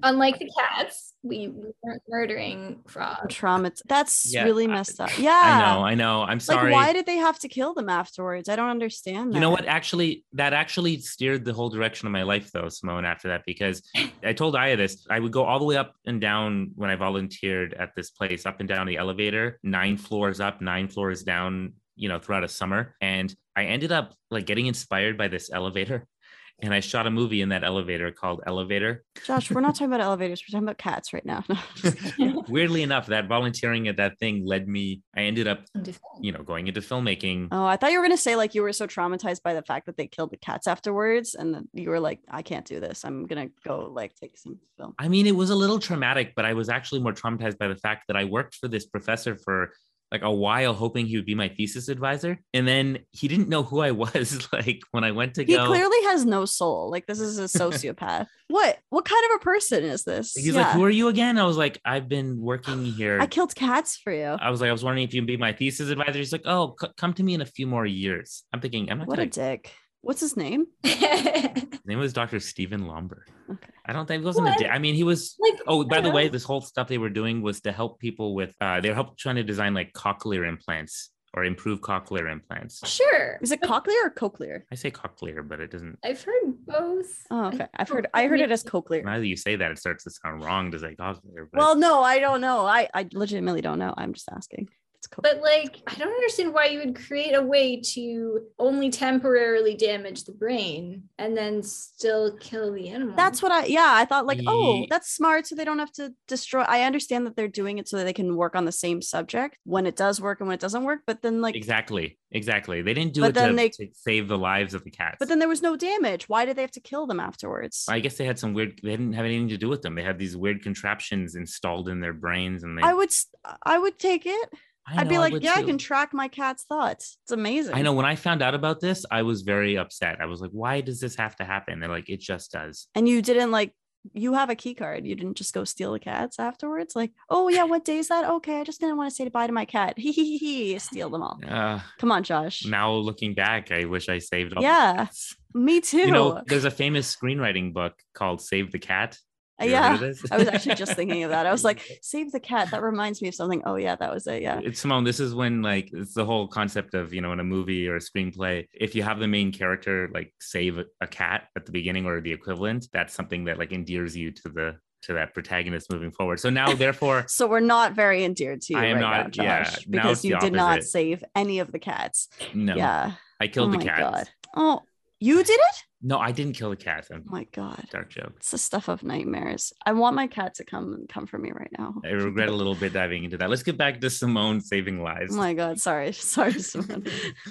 Speaker 3: unlike the cats, we weren't murdering frogs.
Speaker 1: Trauma. That's
Speaker 2: Yeah,
Speaker 1: really
Speaker 2: <laughs> I-
Speaker 1: messed up.
Speaker 2: I know.
Speaker 1: Yeah.
Speaker 2: I know. I'm
Speaker 1: Like,
Speaker 2: sorry.
Speaker 1: why did they have to kill them afterwards? I don't understand that.
Speaker 2: You know what? Actually, that actually steered the whole direction of my life, though, Simone, after that,
Speaker 1: <laughs>
Speaker 2: because I told Aya this. I would go all the way up and down when I volunteered at this place, up and down the elevator, nine floors up, nine floors down, you know, throughout a summer. And I ended up like getting inspired by this elevator. <laughs> And I shot a movie in that elevator called Elevator.
Speaker 1: Josh, we're not talking about elevators. We're talking about cats right now. <laughs> No, I'm just
Speaker 2: <laughs>
Speaker 1: kidding.
Speaker 2: Weirdly enough, that volunteering at that thing led me, I ended up,
Speaker 3: <laughs>
Speaker 2: you know, going into filmmaking.
Speaker 1: oh, I thought you were going to say like you were so traumatized by the fact that they killed the cats afterwards. And that you were like, I can't do this. I'm going to go like take some film.
Speaker 2: I mean, it was a little traumatic, but I was actually more traumatized by the fact that I worked for this professor for like a while, hoping he would be my thesis advisor. And then he didn't know who I was. <laughs> Like when I went to
Speaker 1: He
Speaker 2: go,
Speaker 1: clearly has no soul. Like this is a sociopath.
Speaker 2: <laughs>
Speaker 1: what? What kind of a person is this?
Speaker 2: he's like, Who are you again? I was like, I've
Speaker 1: <sighs>
Speaker 2: been working here.
Speaker 1: I killed cats for you.
Speaker 2: I was like, I was wondering if you'd be my thesis advisor. He's like, Oh, c- come to me in a few more years. I'm thinking, I'm not
Speaker 1: What a
Speaker 2: gonna.
Speaker 1: dick. What's his name?
Speaker 3: like
Speaker 2: His name was Dr. Stephen Lomber.
Speaker 1: Okay.
Speaker 2: I don't think he wasn't
Speaker 3: What?
Speaker 2: a dick. I mean, he was Oh, by the
Speaker 3: Yeah.
Speaker 2: way, this whole stuff they were doing was to help people with. Uh, they're help trying to design like cochlear implants or improve cochlear implants.
Speaker 3: Sure.
Speaker 1: Is it cochlear or cochlear?
Speaker 2: I say cochlear, but it doesn't.
Speaker 3: I've heard both.
Speaker 1: Oh, okay. I've heard I heard it as cochlear.
Speaker 2: Now that you say that, it starts to sound wrong to say cochlear. But
Speaker 1: Well, no, I don't know. I I legitimately don't know. I'm just asking. It's cochlear.
Speaker 3: But like, I don't understand why you would create a way to only temporarily damage the brain and then still kill the animal.
Speaker 1: That's what I yeah, I thought like, oh,
Speaker 2: Ye-
Speaker 1: that's smart so they don't have to destroy. I understand that they're doing it so that they can work on the same subject when it does work and when it doesn't work, but then like
Speaker 2: exactly, exactly. They didn't do
Speaker 1: But
Speaker 2: it
Speaker 1: then
Speaker 2: to,
Speaker 1: they-
Speaker 2: to save the lives of the cats.
Speaker 1: but then there was no damage. Why did they have to kill them afterwards?
Speaker 2: I guess they had some weird. They didn't have anything to do with them. They had these weird contraptions installed in their brains, and they.
Speaker 1: I would s- I would take it.
Speaker 2: I
Speaker 1: I'd be
Speaker 2: know,
Speaker 1: like,
Speaker 2: would
Speaker 1: yeah, I
Speaker 2: too.
Speaker 1: can track my cat's thoughts. It's amazing.
Speaker 2: I know when I found out about this, I was very upset. I was like, why does this have to happen? They're like, it just does.
Speaker 1: And you didn't like you have a key card. You didn't just go steal the cats afterwards. Like, oh yeah, what day is that? Okay, I just didn't want to say goodbye to my cat. <laughs> Hee hee hee hee. Steal them all.
Speaker 2: Uh,
Speaker 1: Come on, Josh.
Speaker 2: now looking back, I wish I saved all the
Speaker 1: Yeah. <laughs>
Speaker 2: cats.
Speaker 1: Me too.
Speaker 2: You know, there's a famous screenwriting book called Save the Cat.
Speaker 1: Uh,
Speaker 2: You ever
Speaker 1: yeah.
Speaker 2: heard of this?
Speaker 1: I was actually just thinking of that. I was
Speaker 2: <laughs>
Speaker 1: like, save the cat. That reminds me of something. Oh yeah, that was it. Yeah.
Speaker 2: It's Simone. This is when like it's the whole concept of you know in a movie or a screenplay, if you have the main character like save a- a cat at the beginning or the equivalent, that's something that like endears you to the to that protagonist moving forward. So now, therefore,
Speaker 1: So we're not very endeared to you
Speaker 2: I am
Speaker 1: right
Speaker 2: not-
Speaker 1: now,
Speaker 2: yeah,
Speaker 1: Josh,
Speaker 2: now it's
Speaker 1: because
Speaker 2: the
Speaker 1: you did not
Speaker 2: opposite.
Speaker 1: save any of the cats.
Speaker 2: no,
Speaker 1: Yeah.
Speaker 2: I killed
Speaker 1: oh
Speaker 2: the
Speaker 1: my
Speaker 2: cat.
Speaker 1: god. Oh, you did it?
Speaker 2: No, I didn't kill the cat. Um,
Speaker 1: Oh my god.
Speaker 2: Dark joke.
Speaker 1: It's the stuff of nightmares. I want my cat to come and come for me right now.
Speaker 2: I regret a little bit diving into that. Let's get back to Simone saving lives.
Speaker 1: <laughs> Oh my god, sorry, sorry, <laughs> Simone.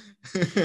Speaker 2: <laughs>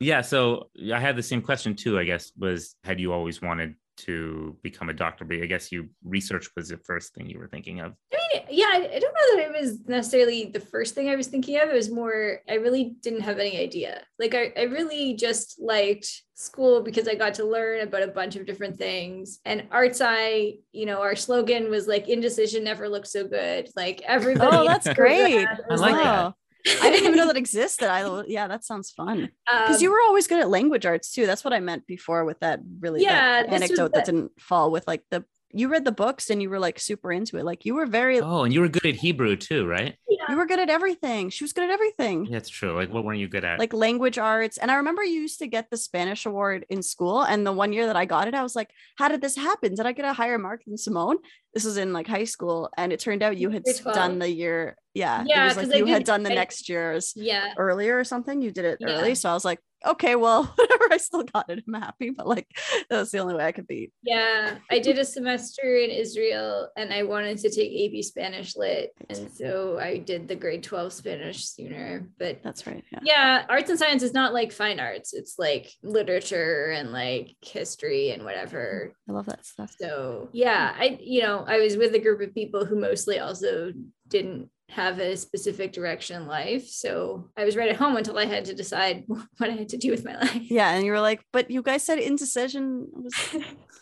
Speaker 2: yeah, so I had the same question too, I guess, was had you always wanted to become a doctor? But I guess you research was the first thing you were thinking of.
Speaker 3: I mean, yeah, I I don't know that it was necessarily the first thing I was thinking of. It was more, I really didn't have any idea. Like, I, I really just liked school because I got to learn about a bunch of different things. And Arts Eye, you know, our slogan was like, indecision never looked so good. Like, everybody.
Speaker 1: Oh,
Speaker 3: <laughs>
Speaker 1: that's great.
Speaker 2: I like that.
Speaker 1: Wow. I didn't even know that existed. I yeah, that sounds fun.
Speaker 3: that.
Speaker 1: Because you were always good at language arts too. That's what I meant before with that really
Speaker 3: Yeah,
Speaker 1: that
Speaker 3: this was
Speaker 1: anecdote that
Speaker 3: the-
Speaker 1: didn't fall with like the you read the books and you were like super into it. Like you were very
Speaker 2: Oh, and you were good at Hebrew too, right?
Speaker 1: you were good at everything. She was good at everything.
Speaker 2: That's true. Like, what were you good at?
Speaker 1: Like language arts. And I remember you used to get the Spanish award in school. And the one year that I got it, I was like, how did this happen? Did I get a higher mark than Simone? This was in like high school. And it turned out you had
Speaker 3: Grade
Speaker 1: s-
Speaker 3: 12.
Speaker 1: done the year. Yeah.
Speaker 3: Yeah,
Speaker 1: It was
Speaker 3: 'cause
Speaker 1: like
Speaker 3: I
Speaker 1: you had
Speaker 3: did-
Speaker 1: done the
Speaker 3: I-
Speaker 1: next year's
Speaker 3: yeah.
Speaker 1: earlier or something. You did it
Speaker 3: Yeah.
Speaker 1: early. So I was like, okay, well, <laughs> whatever. I still got it. I'm happy. But like, that was the only way I could be.
Speaker 3: Yeah, I did a semester in Israel and I wanted to take AP Spanish Lit. And so I did the grade 12 Spanish sooner. But
Speaker 1: That's right. Yeah.
Speaker 3: yeah, arts and science is not like fine arts, it's like literature and like history and whatever.
Speaker 1: I love that stuff.
Speaker 3: So yeah, I, you know, I was with a group of people who mostly also didn't have a specific direction in life. So I was right at home until I had to decide <laughs> what I had to do with my life.
Speaker 1: Yeah. And you were like, but you guys said indecision was,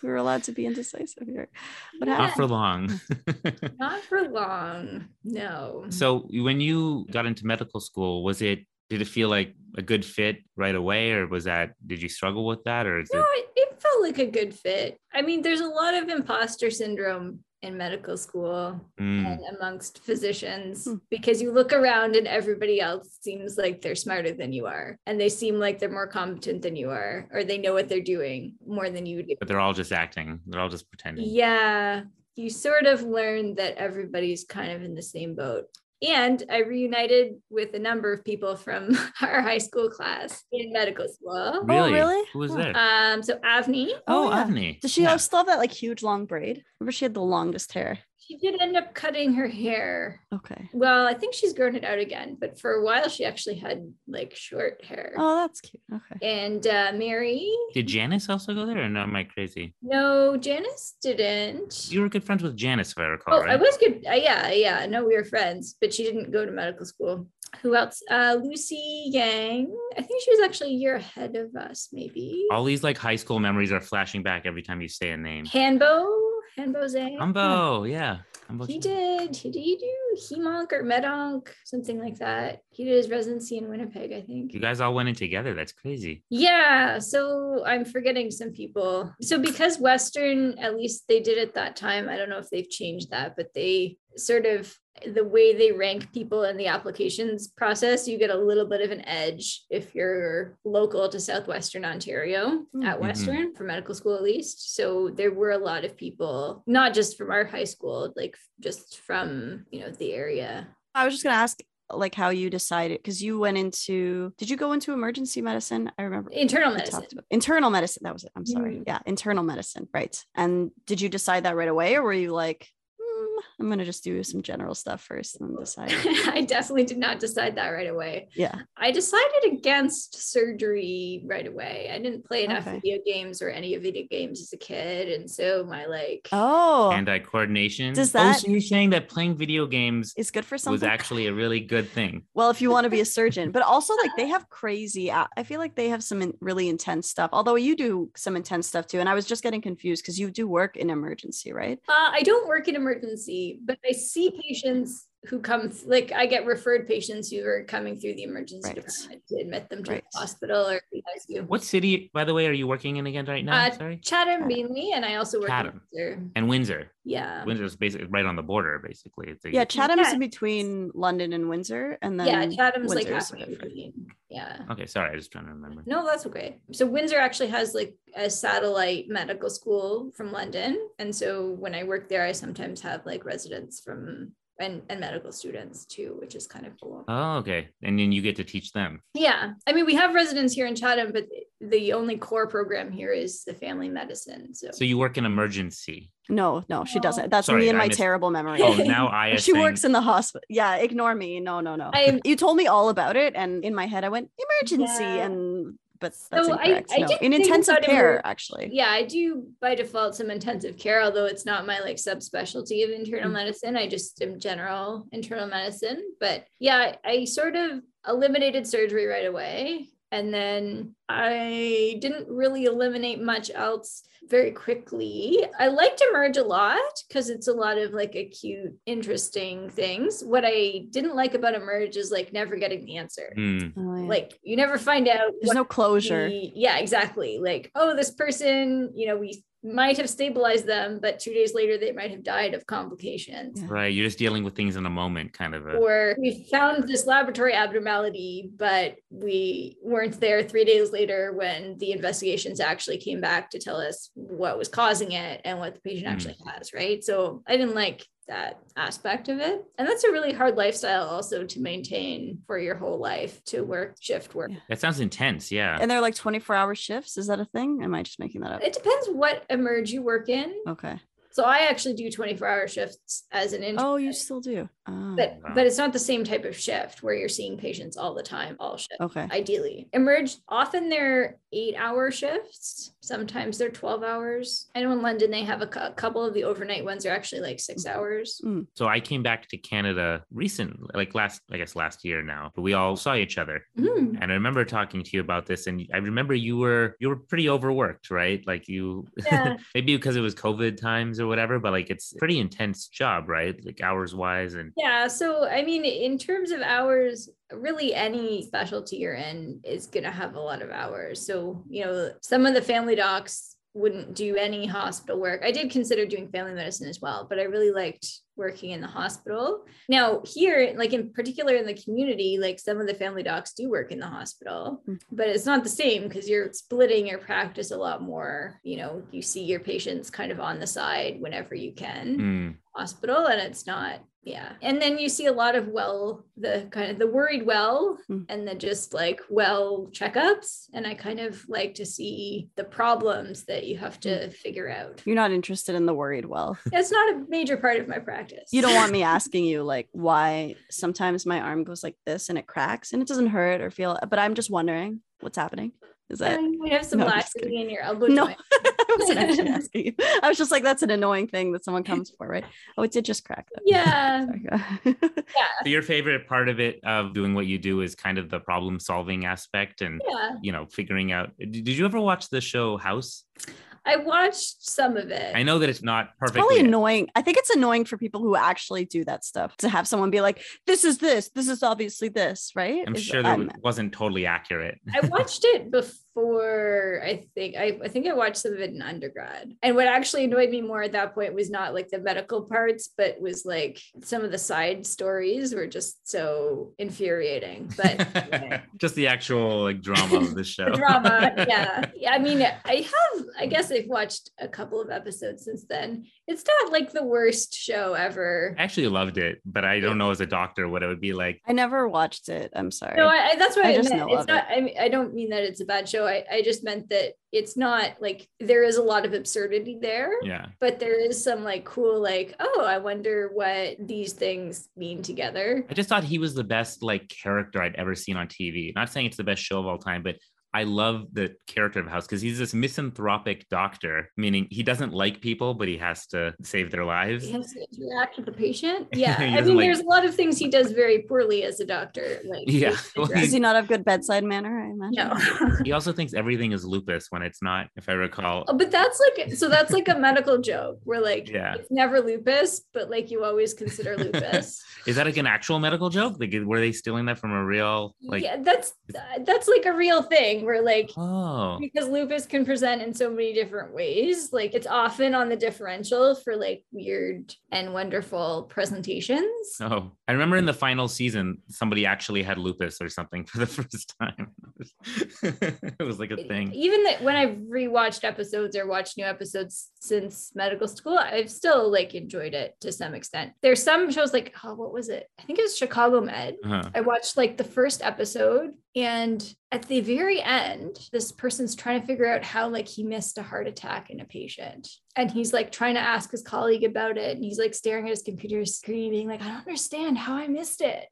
Speaker 1: we were allowed to be indecisive here. What happened?
Speaker 2: Not
Speaker 1: <laughs>
Speaker 2: for long. <laughs>
Speaker 3: Not for long. No.
Speaker 2: so when you got into medical school, was it did it feel like a good fit right away, or was that did you struggle with that, or is
Speaker 3: No,
Speaker 2: it
Speaker 3: it, it felt like a good fit. I mean, there's a lot of imposter syndrome in medical school
Speaker 2: Mm,
Speaker 3: and amongst physicians
Speaker 1: Hmm.
Speaker 3: because you look around and everybody else seems like they're smarter than you are and they seem like they're more competent than you are or they know what they're doing more than you do.
Speaker 2: but they're all just acting. They're all just pretending.
Speaker 3: Yeah, you sort of learn that everybody's kind of in the same boat. And I reunited with a number of people from <laughs> our high school class in medical school.
Speaker 2: Really?
Speaker 1: really?
Speaker 2: Who was
Speaker 1: Huh.
Speaker 2: there?
Speaker 3: Um, so Avni,
Speaker 2: oh,
Speaker 1: oh, yeah.
Speaker 2: Avni.
Speaker 1: Does she
Speaker 2: Yeah.
Speaker 1: still have that like huge long braid? Remember she had the longest hair.
Speaker 3: She did end up cutting her hair.
Speaker 1: Okay.
Speaker 3: Well, I think she's grown it out again, but for a while she actually had like short hair.
Speaker 1: Oh, that's cute. Okay.
Speaker 3: And uh, Mary,
Speaker 2: Did Janice also go there, or no? Am I crazy?
Speaker 3: no, Janice didn't.
Speaker 2: You were good friends with Janice, if I recall.
Speaker 3: oh,
Speaker 2: right?
Speaker 3: I was good. Uh, yeah, yeah. No, we were friends, but she didn't go to medical school. Who else? Uh, Lucy Yang. I think she was actually a year ahead of us, maybe.
Speaker 2: All these like high school memories are flashing back every time you say a name.
Speaker 3: Hanbo, Hanbo Zhang.
Speaker 2: Umbo, yeah. Umbo
Speaker 3: He
Speaker 2: Chen.
Speaker 3: did. He did he do Hemonk or Medonk, something like that. He did his residency in Winnipeg, I think.
Speaker 2: You guys all went in together. That's crazy.
Speaker 3: Yeah, so I'm forgetting some people. So because Western, at least they did at that time, I don't know if they've changed that, but they sort of the way they rank people in the applications process, you get a little bit of an edge if you're local to Southwestern Ontario at
Speaker 1: Mhm.
Speaker 3: Western for medical school, at least. So there were a lot of people, not just from our high school, like just from, you know, the area.
Speaker 1: I was just gonna ask like how you decided because you went into did you go into emergency medicine? I remember
Speaker 3: Internal
Speaker 1: we
Speaker 3: medicine.
Speaker 1: talked about internal medicine. That was it. I'm sorry.
Speaker 3: Mm.
Speaker 1: Yeah, internal medicine. Right. And did you decide that right away, or were you like, "Hmm, I'm gonna just do some general stuff first and then decide?
Speaker 3: <laughs> I definitely did not decide that right away.
Speaker 1: Yeah.
Speaker 3: I decided against surgery right away. I didn't play enough
Speaker 1: Okay.
Speaker 3: video games or any video games as a kid. And so my like uh,
Speaker 1: Oh,
Speaker 2: and eye coordination.
Speaker 1: Does
Speaker 2: Oh,
Speaker 1: that-
Speaker 2: so you're saying that playing video games
Speaker 1: it's good for
Speaker 2: was
Speaker 1: something.
Speaker 2: actually a really good thing.
Speaker 1: well, if you want to be a surgeon, but also like they have crazy. a- I feel like they have some in- really intense stuff. Although you do some intense stuff too, and I was just getting confused because you do work in emergency, right?
Speaker 3: Uh, I don't work in emergency, but I see patients who come, th- like I get referred patients who are coming through the emergency
Speaker 1: Right.
Speaker 3: department to admit them to
Speaker 1: Right.
Speaker 3: the hospital or the ICU.
Speaker 2: What city, by the way, are you working in again right now?
Speaker 3: Uh,
Speaker 2: Sorry.
Speaker 3: Chatham mainly, and I also work
Speaker 2: Chatham.
Speaker 3: in Windsor.
Speaker 2: And Windsor.
Speaker 3: Yeah.
Speaker 2: Windsor's basically right on the border, basically. It's a-
Speaker 1: Yeah, Chatham is in
Speaker 3: Yes.
Speaker 1: between London and Windsor, and then
Speaker 3: yeah, Chatham's like
Speaker 1: Windsor's
Speaker 3: halfway
Speaker 2: different.
Speaker 3: between. Yeah.
Speaker 2: Okay, sorry, I was trying to remember.
Speaker 3: No, that's okay. So Windsor actually has like a satellite medical school from London. And so when I work there, I sometimes have like residents from and, and medical students too, which is kind of cool.
Speaker 2: Oh, okay. And then you get to teach them.
Speaker 3: Yeah. I mean, we have residents here in Chatham, but the only core program here is the family medicine. So,
Speaker 2: So you work in emergency.
Speaker 1: No, no, she
Speaker 3: No.
Speaker 1: doesn't. That's
Speaker 2: Sorry,
Speaker 1: me and
Speaker 2: I
Speaker 1: my
Speaker 2: missed-
Speaker 1: terrible memory. <laughs>
Speaker 2: Oh, now I
Speaker 1: she works in the hospital. Yeah, ignore me. No, no, no.
Speaker 3: I
Speaker 1: you told me all about it, and in my head, I went emergency,
Speaker 3: Yeah.
Speaker 1: and but that's
Speaker 3: So I-
Speaker 1: incorrect.
Speaker 3: I
Speaker 1: no,
Speaker 3: didn't
Speaker 1: in
Speaker 3: think
Speaker 1: intensive
Speaker 3: about
Speaker 1: care,
Speaker 3: emer-
Speaker 1: actually.
Speaker 3: yeah, I do by default some intensive care, although it's not my like subspecialty of internal
Speaker 1: Mm.
Speaker 3: medicine. I just am general internal medicine. But yeah, I sort of eliminated surgery right away. And then I didn't really eliminate much else very quickly. I liked Emerge a lot because it's a lot of like acute, interesting things. What I didn't like about Emerge is like never getting the answer.
Speaker 2: Hmm.
Speaker 1: Oh, yeah.
Speaker 3: Like you never find out
Speaker 1: there's no closure.
Speaker 3: we- yeah, exactly. Like, oh, this person, you know, we might have stabilized them, but two days later they might have died of complications.
Speaker 1: Yeah.
Speaker 2: Right. You're just dealing with things in a moment, kind of a
Speaker 3: Or we found this laboratory abnormality, but we weren't there three days later when the investigations actually came back to tell us what was causing it and what the patient
Speaker 2: Mm.
Speaker 3: actually has, right? So I didn't like that aspect of it. And that's a really hard lifestyle also to maintain for your whole life to work, shift work.
Speaker 2: that sounds intense. Yeah.
Speaker 1: And they're like 24 hour shifts. Is that a thing? Am I just making that up?
Speaker 3: It depends what emerge you work in.
Speaker 1: Okay.
Speaker 3: So I actually do 24 hour shifts as an intern.
Speaker 1: Oh, you still do. Oh,
Speaker 3: but
Speaker 2: Wow.
Speaker 3: but it's not the same type of shift where you're seeing patients all the time, all shift.
Speaker 1: okay.
Speaker 3: Ideally, emerge often they're eight hour shifts. Sometimes they're 12 hours. I know in London they have a, cou- a couple of the overnight ones are actually like six
Speaker 1: Mm-hmm.
Speaker 3: hours.
Speaker 2: So I came back to Canada recent, like last, I guess last year now, but we all saw each other.
Speaker 1: Mm-hmm.
Speaker 3: Mm.
Speaker 2: And I remember talking to you about this, and I remember you were you were pretty overworked, right? Like you,
Speaker 3: Yeah.
Speaker 2: <laughs> maybe because it was COVID times or whatever, but like it's a pretty intense job, right? Like hours wise, and
Speaker 3: Yeah. So, I mean, in terms of hours, really any specialty you're in is going to have a lot of hours. So, you know, some of the family docs wouldn't do any hospital work. I did consider doing family medicine as well, but I really liked working in the hospital. Now, here, like in particular in the community, like some of the family docs do work in the hospital,
Speaker 1: Mm.
Speaker 3: but it's not the same because you're splitting your practice a lot more. You know, you see your patients kind of on the side whenever you can
Speaker 2: Mm,
Speaker 3: hospital and it's not yeah and then you see a lot of well the kind of the worried well
Speaker 1: Mm.
Speaker 3: and the just like well checkups and i kind of like to see the problems that you have
Speaker 1: Hmm.
Speaker 3: to figure out
Speaker 1: You're not interested in the worried well.
Speaker 3: it's not a major part of my practice
Speaker 1: You don't
Speaker 3: <laughs>
Speaker 1: want me asking you like why sometimes my arm goes like this and it cracks and it doesn't hurt or feel, but I'm just wondering what's happening. Is that
Speaker 3: you might have some
Speaker 1: No, I'm just
Speaker 3: laxity in your elbow
Speaker 1: No.
Speaker 3: joint.
Speaker 1: <laughs> I wasn't
Speaker 3: <laughs>
Speaker 1: actually asking you. I was just like, that's an annoying thing that someone comes for, right? Oh, it did just crack. though.
Speaker 3: yeah
Speaker 1: <laughs> Sorry.
Speaker 2: so your favorite part of it of doing what you do is kind of the problem solving aspect, and
Speaker 3: yeah
Speaker 2: you know, figuring out. Did did you ever watch the show House?
Speaker 3: i watched some of it
Speaker 2: I know that it's not perfect.
Speaker 1: Probably annoying. I think it's annoying for people who actually do that stuff to have someone be like, this is this, this is obviously this, right?
Speaker 2: I'm
Speaker 1: Is-
Speaker 2: sure that
Speaker 1: um,
Speaker 2: it wasn't totally accurate.
Speaker 3: I watched it before before I think I, I think I watched some of it in undergrad. And what actually annoyed me more at that point was not like the medical parts, but was like some of the side stories were just so infuriating. But
Speaker 2: <laughs>
Speaker 3: yeah.
Speaker 2: just the actual like drama
Speaker 3: <laughs>
Speaker 2: of the show. <laughs>
Speaker 3: the drama, yeah, yeah. I mean, I have I guess I've watched a couple of episodes since then. It's not like the worst show ever.
Speaker 2: I actually loved it, but I don't know as a doctor what it would be like.
Speaker 1: I never watched it. I'm sorry.
Speaker 3: No, I, I- that's what
Speaker 1: I
Speaker 3: I,
Speaker 1: just
Speaker 3: meant.
Speaker 1: know of
Speaker 3: It's not. I mean, I don't mean that it's a bad show. I, I just meant that it's not like there is a lot of absurdity there,
Speaker 2: Yeah.
Speaker 3: but there is some like cool like oh I wonder what these things mean together.
Speaker 2: I just thought he was the best like character I'd ever seen on TV. Not saying it's the best show of all time, but I love the character of House because he's this misanthropic doctor, meaning he doesn't like people, but he has to save their lives.
Speaker 3: He has to interact with
Speaker 2: <laughs>
Speaker 3: the patient. Yeah,
Speaker 2: He
Speaker 3: I
Speaker 2: doesn't
Speaker 3: mean,
Speaker 2: like-
Speaker 3: there's a lot of things he does very poorly as a doctor. Like
Speaker 2: <laughs> Yeah. Well,
Speaker 1: Does he not have good bedside manner? I imagine. <laughs>
Speaker 2: <laughs>
Speaker 3: no.
Speaker 2: He also thinks everything is lupus when it's not, if I recall.
Speaker 3: Oh, but that's like so that's like a medical joke where like
Speaker 2: Yeah.
Speaker 3: it's never lupus, but like you always consider lupus.
Speaker 2: Is that like an actual medical joke? Like, were they stealing that from a real, <laughs> like,
Speaker 3: yeah, that's that's like a real thing where like
Speaker 2: oh,
Speaker 3: because lupus can present in so many different ways like it's often on the differential for like weird and wonderful presentations
Speaker 2: oh. I remember in the final season, somebody actually had lupus or something for the <laughs> first time. it was like a thing.
Speaker 3: even that when i've rewatched episodes or watched new episodes since medical school i've still like enjoyed it to some extent there's some shows like oh what was it i think it was chicago med
Speaker 2: Uh-huh.
Speaker 3: I watched like the first episode, and at the very end, this person's trying to figure out how like he missed a heart attack in a patient, and he's like trying to ask his colleague about it, and he's like staring at his computer screen, being like, "I don't understand how I missed it."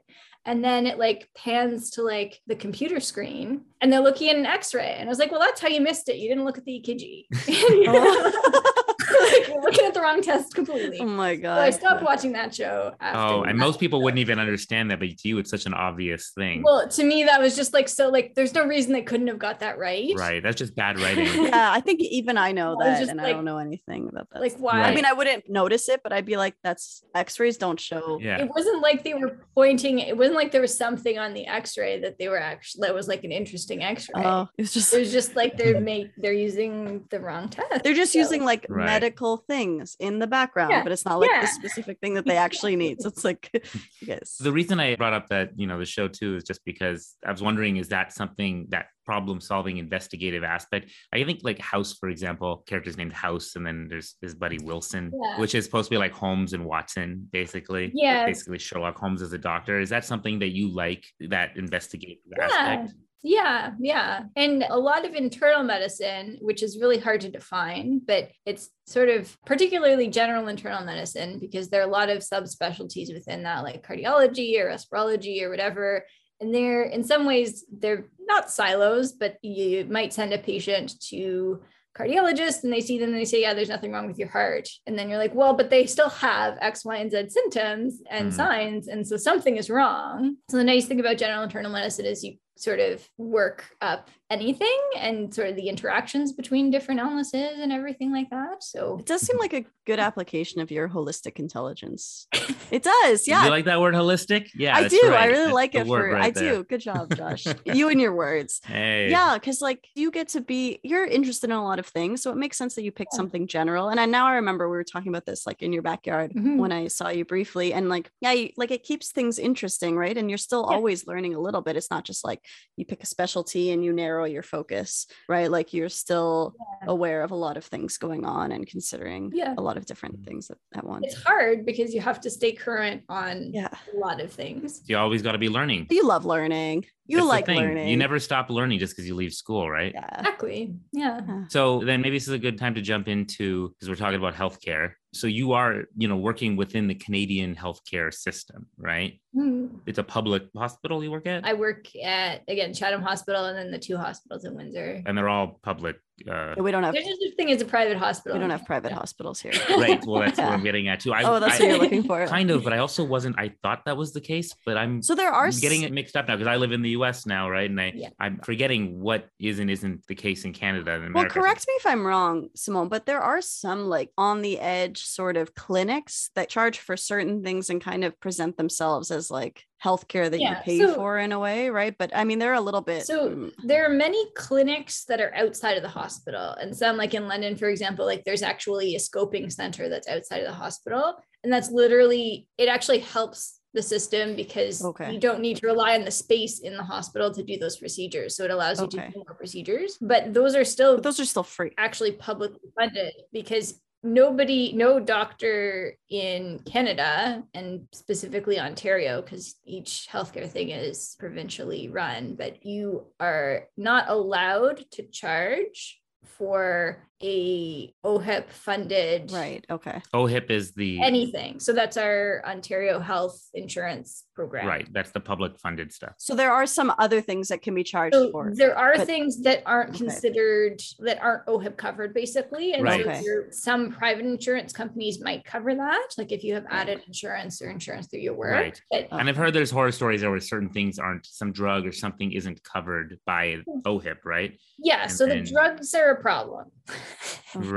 Speaker 3: And then it like pans to like the computer screen, and they're looking at an X-ray, and I was like, "Well, that's how you missed it. You didn't look at the EKG. <laughs> You know? <laughs> like, you're looking at the wrong test completely."
Speaker 1: Oh my
Speaker 3: So I
Speaker 1: god.
Speaker 3: stopped
Speaker 1: <laughs>
Speaker 3: watching that show. After
Speaker 2: Oh, and
Speaker 3: that.
Speaker 2: most people wouldn't even understand that, but to you, it's such an obvious thing.
Speaker 3: Well, to me, that was just like so. Like, there's no reason they couldn't have got that right.
Speaker 2: right. That's just
Speaker 3: <laughs>
Speaker 2: bad writing.
Speaker 1: yeah, I think even I know
Speaker 3: I was
Speaker 1: that,
Speaker 3: just
Speaker 1: and I
Speaker 3: like-
Speaker 1: don't know anything about that.
Speaker 3: Like, why?
Speaker 2: Right.
Speaker 1: I mean, I wouldn't notice it, but I'd be like, "That's X-rays don't show."
Speaker 2: Yeah.
Speaker 3: it wasn't like they were pointing. It wasn't like there was something on the X-ray that they were actually that was like an interesting X-ray.
Speaker 1: Oh, it's just
Speaker 3: It was just like they're make they're using the wrong test.
Speaker 1: they're just
Speaker 3: So-
Speaker 1: using like
Speaker 2: Right.
Speaker 1: medical things in the background,
Speaker 3: Yeah,
Speaker 1: but it's not like
Speaker 3: yeah.
Speaker 1: the specific thing that they actually need. So it's like, <laughs>
Speaker 2: <laughs>
Speaker 1: you guys,
Speaker 2: The reason I brought up that, you know, the show too is just because I was wondering, is that something that problem solving investigative aspect? I think like House, for example, character's named House, and then there's his buddy Wilson,
Speaker 3: Yeah.
Speaker 2: which is supposed to be like Holmes and Watson, basically.
Speaker 3: Yeah.
Speaker 2: Basically Sherlock Holmes as a doctor. Is that something that you like that investigative aspect?
Speaker 3: Yeah, yeah. And a lot of internal medicine, which is really hard to define, but it's sort of particularly general internal medicine because there are a lot of subspecialties within that, like cardiology or respirology or whatever. And they're in some ways, they're not silos, but you might send a patient to cardiologist and they see them and they say, Yeah, there's nothing wrong with your heart. And then you're like, Well, but they still have X, Y, and Z symptoms and
Speaker 2: Mm.
Speaker 3: signs. And so something is wrong. So the nice thing about general internal medicine is you sort of work up anything and sort of the interactions between different illnesses and everything like that. So
Speaker 1: it does seem like a good application of your holistic
Speaker 2: <laughs>
Speaker 1: intelligence. It does,
Speaker 2: Do
Speaker 1: yeah.
Speaker 2: you like that word holistic? Yeah.
Speaker 1: I
Speaker 2: that's
Speaker 1: do. I
Speaker 2: right.
Speaker 1: really
Speaker 2: That's
Speaker 1: like
Speaker 2: the
Speaker 1: it.
Speaker 2: word
Speaker 1: For
Speaker 2: right
Speaker 1: I
Speaker 2: there.
Speaker 1: do. Good job,
Speaker 2: <laughs>
Speaker 1: Josh. you and your words.
Speaker 2: Hey.
Speaker 1: Yeah, because like you get to be, you're interested in a lot of things, so it makes sense that you picked
Speaker 3: Yeah.
Speaker 1: something general. And I now I remember we were talking about this like in your backyard
Speaker 3: Mhm.
Speaker 1: when I saw you briefly, and like yeah, you, like it keeps things interesting, right? And you're still
Speaker 3: Yeah.
Speaker 1: always learning a little bit. It's not just like you pick a specialty and you narrow your focus, right? Like you're still
Speaker 3: Yeah.
Speaker 1: aware of a lot of things going on and considering
Speaker 3: Yeah.
Speaker 1: a lot of different things at, at once.
Speaker 3: it's hard because you have to stay current on
Speaker 1: Yeah,
Speaker 3: a lot of things.
Speaker 2: You always got to be learning.
Speaker 1: you love learning. You
Speaker 2: That's the
Speaker 1: like
Speaker 2: thing.
Speaker 1: learning.
Speaker 2: You never stop learning just because you leave school, right?
Speaker 3: <laughs>
Speaker 1: Yeah.
Speaker 3: Exactly. Yeah.
Speaker 2: So then maybe this is a good time to jump into because we're talking about healthcare. So you are, you know, working within the Canadian healthcare system, right?
Speaker 3: Hmm.
Speaker 2: It's a public hospital you work at,
Speaker 3: I work at again Chatham Hospital and then the two hospitals in Windsor.
Speaker 2: and they're all public.
Speaker 1: <laughs>
Speaker 2: Uh,
Speaker 1: We don't have
Speaker 3: There's just a thing as a private hospital.
Speaker 1: we don't have private hospitals
Speaker 3: <laughs>
Speaker 1: here.
Speaker 2: right. Well, that's what I'm getting at too. I,
Speaker 1: <laughs> oh, that's
Speaker 2: I-
Speaker 1: what
Speaker 2: <laughs>
Speaker 1: you're looking for.
Speaker 2: kind of, but I also wasn't. I thought that was the case, but I'm
Speaker 1: So there are
Speaker 2: I'm
Speaker 1: s-
Speaker 2: getting it mixed up now because I live in the U.S. now, right? And I
Speaker 3: Yeah.
Speaker 2: I'm forgetting what is and isn't the case in Canada and
Speaker 1: Well,
Speaker 2: America.
Speaker 1: correct me if I'm wrong, Simone, but there are some like on the edge sort of clinics that charge for certain things and kind of present themselves as like healthcare that you
Speaker 3: Yeah,
Speaker 1: pay
Speaker 3: so-
Speaker 1: for in a way, right? But I mean, they're a little bit.
Speaker 3: So-
Speaker 1: mm,
Speaker 3: there are many clinics that are outside of the hospital and some like in london for example like there's actually a scoping center that's outside of the hospital and that's literally it actually helps the system because
Speaker 1: Okay.
Speaker 3: you don't need to rely on the space in the hospital to do those procedures so it allows you
Speaker 1: Okay.
Speaker 3: to do more procedures but those are still
Speaker 1: but those are still free.
Speaker 3: actually publicly funded because nobody, no doctor in Canada and specifically Ontario, because each healthcare thing is provincially run, but you are not allowed to charge for a OHIP funded
Speaker 1: Right. Okay.
Speaker 2: OHIP is the
Speaker 3: anything. So that's our Ontario health insurance program.
Speaker 2: right. That's the public funded stuff.
Speaker 1: So there are some other things that can be charged
Speaker 3: So
Speaker 1: for.
Speaker 3: there are
Speaker 1: but-
Speaker 3: things that aren't
Speaker 1: Okay.
Speaker 3: considered that aren't OHIP covered, basically, and
Speaker 2: Right.
Speaker 3: so
Speaker 1: Okay.
Speaker 3: there- some private insurance companies might cover that, like if you have
Speaker 1: Right.
Speaker 3: added insurance or insurance through your work.
Speaker 2: Right.
Speaker 3: But
Speaker 1: Oh.
Speaker 2: And I've heard there's horror stories where certain things aren't, some drug or something isn't covered by
Speaker 1: Hmm.
Speaker 2: OHIP, right?
Speaker 3: yeah, so the
Speaker 2: And-
Speaker 3: drugs are a problem.
Speaker 1: Okay.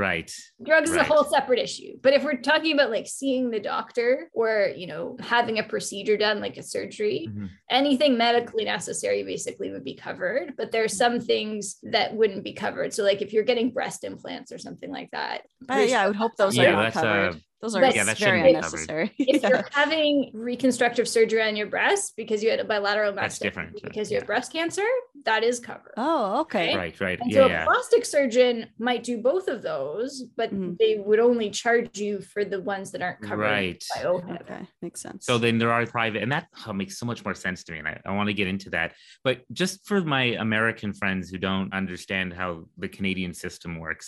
Speaker 2: Right.
Speaker 3: drugs is a
Speaker 2: Right.
Speaker 3: whole separate issue. But if we're talking about like seeing the doctor or you know having a procedure done, like a surgery,
Speaker 2: Mhm.
Speaker 3: anything medically necessary basically would be covered but there's
Speaker 2: Mm-hmm.
Speaker 3: some things that wouldn't be covered so like if you're getting breast implants or something like that
Speaker 1: Uh, yeah, I would hope those
Speaker 2: Yeah,
Speaker 1: are not
Speaker 2: that's,
Speaker 1: covered.
Speaker 2: uh,
Speaker 1: those are
Speaker 3: But-
Speaker 2: Yeah, that
Speaker 1: very
Speaker 2: shouldn't be covered.
Speaker 1: unnecessary.
Speaker 3: <laughs> if
Speaker 1: Yeah.
Speaker 3: you're having reconstructive surgery on your breast because you had a bilateral
Speaker 2: That's
Speaker 3: mastectomy
Speaker 2: different.
Speaker 3: because you have
Speaker 2: Yeah.
Speaker 3: breast cancer that is covered
Speaker 1: <laughs> Oh, okay.
Speaker 2: Right. Right.
Speaker 3: and so
Speaker 2: Yeah.
Speaker 3: a
Speaker 2: yeah.
Speaker 3: plastic surgeon might do both of those but
Speaker 1: Mhm.
Speaker 3: they would only charge you for the ones that aren't covered
Speaker 2: Right.
Speaker 3: by OHIP.
Speaker 1: Okay, makes sense.
Speaker 2: So then there are private, and that oh, makes so much more sense to me. And I, I want to get into that. But just for my American friends who don't understand how the Canadian system works,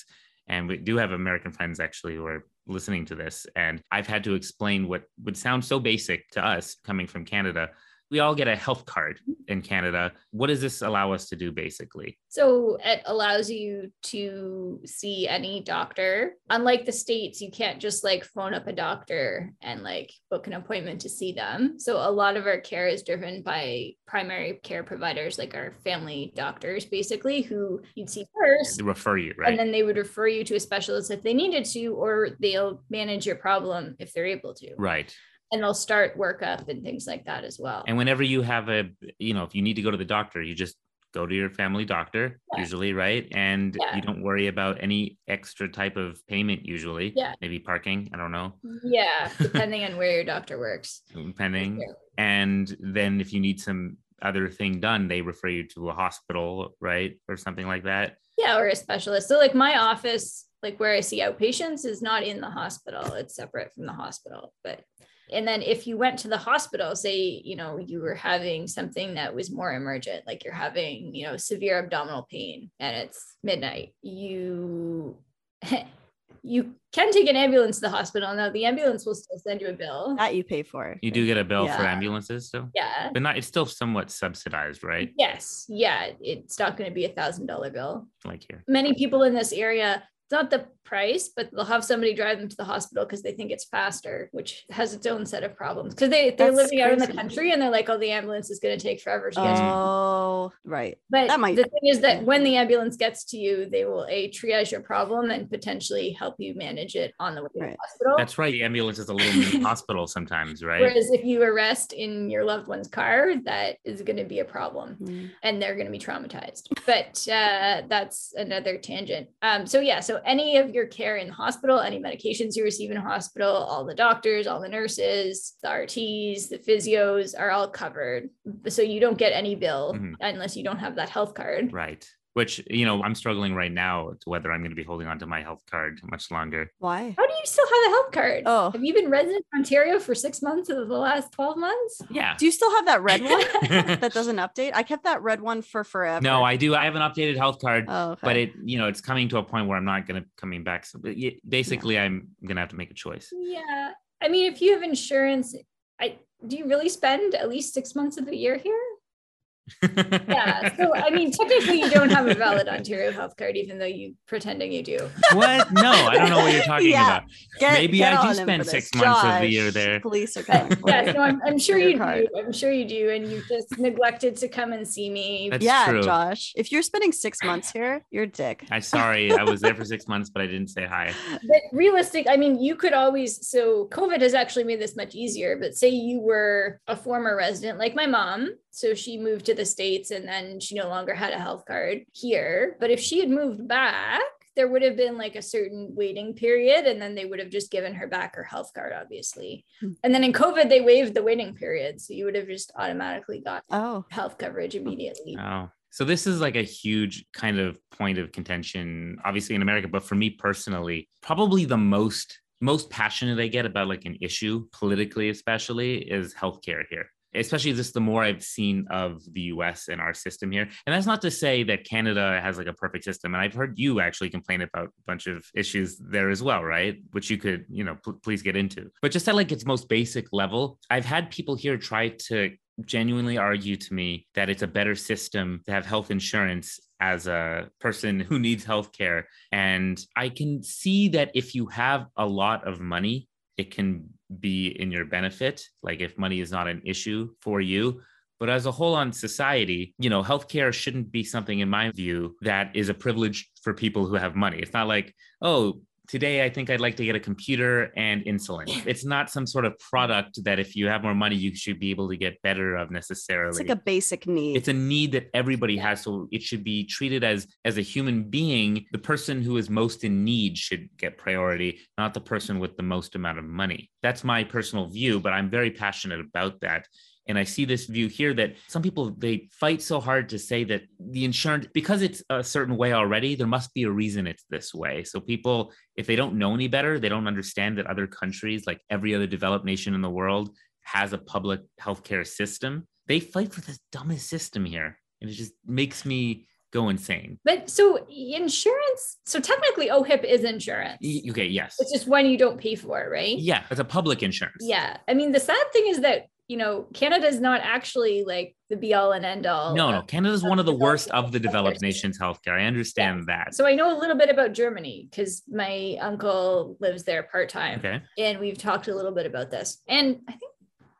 Speaker 2: and we do have American friends actually who are listening to this, and I've had to explain what would sound so basic to us coming from Canada. We all get a health card in Canada. What does this allow us to do basically?
Speaker 3: So it allows you to see any doctor. Unlike the States, you can't just like phone up a doctor and like book an appointment to see them. So a lot of our care is driven by primary care providers, like our family doctors, basically, who you'd see first.
Speaker 2: They refer you, right?
Speaker 3: And then they would refer you to a specialist if they needed to, or they'll manage your problem if they're able to.
Speaker 2: right.
Speaker 3: And they'll start workup and things like that as well.
Speaker 2: And whenever you have a, you know, if you need to go to the doctor, you just go to your family doctor,
Speaker 3: Yeah.
Speaker 2: usually, right? And
Speaker 3: Yeah.
Speaker 2: you don't worry about any extra type of payment, usually.
Speaker 3: Yeah.
Speaker 2: Maybe parking, I don't know,
Speaker 3: yeah, depending on where your doctor works.
Speaker 2: pending. And then if you need some other thing done, they refer you to a hospital, right? Or something like that.
Speaker 3: Yeah, or a specialist. So like my office, like where I see outpatients is not in the hospital. It's separate from the hospital. But and then if you went to the hospital, say, you know, you were having something that was more emergent, like you're having, you know, severe abdominal pain and it's midnight, you <laughs> you can take an ambulance to the hospital. Now the ambulance will still send you a bill.
Speaker 1: that you pay for.
Speaker 2: You do get a bill for
Speaker 3: Yeah.
Speaker 2: ambulances, still,
Speaker 3: Yeah.
Speaker 2: but not, it's still somewhat subsidized, right?
Speaker 3: Yes. Yeah. It's not going to be a thousand dollar bill.
Speaker 2: Like here.
Speaker 3: many people in this area it's not the price but they'll have somebody drive them to the hospital because they think it's faster which has its own set of problems because they, they're
Speaker 1: That's
Speaker 3: living out in the
Speaker 1: crazy.
Speaker 3: country and they're like oh the ambulance is going to take forever to get
Speaker 2: Mm.
Speaker 3: to you."
Speaker 1: Oh, right.
Speaker 3: but
Speaker 1: that might-
Speaker 3: the thing is that when the ambulance gets to you they will a triage your problem and potentially help you manage it on the way to
Speaker 1: Right.
Speaker 3: the hospital
Speaker 2: That's right. The ambulance is a little
Speaker 3: <laughs>
Speaker 2: mini hospital sometimes, right?
Speaker 3: whereas if you arrest in your loved one's car that is going to be a problem
Speaker 1: Mm.
Speaker 3: and they're going to be traumatized. But uh, that's another tangent. Um, so yeah, so any of your care in the hospital, any medications you receive in a hospital, all the doctors, all the nurses, the RTs, the physios are all covered. So you don't get any bill
Speaker 2: Mhm.
Speaker 3: unless you don't have that health card.
Speaker 2: Right. Which, you know, I'm struggling right now to whether I'm going to be holding on to my health card much longer.
Speaker 1: Why?
Speaker 3: How do you still have a health card?
Speaker 1: Oh.
Speaker 3: Have you been resident in Ontario for six months of the last 12 months?
Speaker 2: Yeah.
Speaker 1: Do you still have that red <laughs> one that doesn't update? I kept that red one for forever.
Speaker 2: <laughs> no, I do. I have an updated health card,
Speaker 1: Oh, okay.
Speaker 2: but it, you know, it's coming to a point where I'm not going to coming back. So but ye- basically, I'm going to have to make a choice.
Speaker 3: yeah. I mean, if you have insurance, I do you really spend at least six months of the year here? yeah. So I mean, technically, you don't have a valid Ontario health card, even though you pretending you do.
Speaker 2: <laughs> What? No, I don't know
Speaker 1: <laughs>
Speaker 2: what you're talking
Speaker 1: Yeah.
Speaker 2: about. Maybe I do
Speaker 1: on him
Speaker 2: spend
Speaker 1: for
Speaker 2: six
Speaker 1: this.
Speaker 2: months of the
Speaker 1: Josh,
Speaker 2: year there. <laughs>
Speaker 1: Police are
Speaker 3: But
Speaker 1: coming. for
Speaker 3: yes,
Speaker 1: you.
Speaker 3: no, I'm, I'm sure
Speaker 1: Your
Speaker 3: you
Speaker 1: card.
Speaker 3: do. I'm sure you do, and you just neglected to come and see me.
Speaker 2: That's
Speaker 1: yeah,
Speaker 2: true.
Speaker 1: Josh. If you're spending
Speaker 2: <clears throat>
Speaker 1: six months here, you're a dick.
Speaker 2: I'm sorry. I was there for six months, but I didn't say hi.
Speaker 3: But realistic, I mean, you could always. So COVID has actually made this much easier. But say you were a former resident, like my mom, so she moved to the states and then she no longer had a health card here. But if she had moved back. There would have been like a certain waiting period, and then they would have just given her back her health card, obviously.
Speaker 1: Hmm.
Speaker 3: And then in COVID, they waived the waiting period. So you would have just automatically got
Speaker 1: Oh,
Speaker 3: health coverage immediately.
Speaker 2: Oh. So this is like a huge kind of point of contention, obviously in America, but for me personally, probably the most most passionate I get about like an issue politically, especially is healthcare here. Especially just the more I've seen of the US and our system here. And that's not to say that Canada has like a perfect system. And I've heard you actually complain about a bunch of issues there as well, right? Which you could, you know, pl- please get into. But just at like its most basic level, I've had people here try to genuinely argue to me that it's a better system to have health insurance as a person who needs health care. And I can see that if you have a lot of money, it can be in your benefit. Like if money is not an issue for you. But as a whole on society, you know, healthcare shouldn't be something, in my view, that is a privilege for people who have money. It's not like, oh, today I think I'd like to get a computer and insulin. It's not some sort of product that if you have more money, you should be able to get better of necessarily
Speaker 1: it's like a basic need.
Speaker 2: it's a need that everybody has so it should be treated as as a human being the person who is most in need should get priority not the person with the most amount of money that's my personal view but i'm very passionate about that and i see this view here that some people they fight so hard to say that the insurance because it's a certain way already there must be a reason it's this way so people if they don't know any better they don't understand that other countries like every other developed nation in the world has a public healthcare system. They fight for this dumbest system here. And it just makes me go insane.
Speaker 3: But so insurance, so technically OHIP is insurance.
Speaker 2: Y- Okay, yes.
Speaker 3: It's just one you don't pay for, right?
Speaker 2: Yeah, it's a public insurance.
Speaker 3: Yeah. I mean, the sad thing is that, you know, Canada is not actually like the be all and end all.
Speaker 2: No, no,
Speaker 3: of-
Speaker 2: Canada's one of the worst of the developed
Speaker 3: Healthcare
Speaker 2: nations healthcare. I understand that.
Speaker 3: So I know a little bit about Germany because my uncle lives there part time.
Speaker 2: Okay.
Speaker 3: And we've talked a little bit about this. And I think,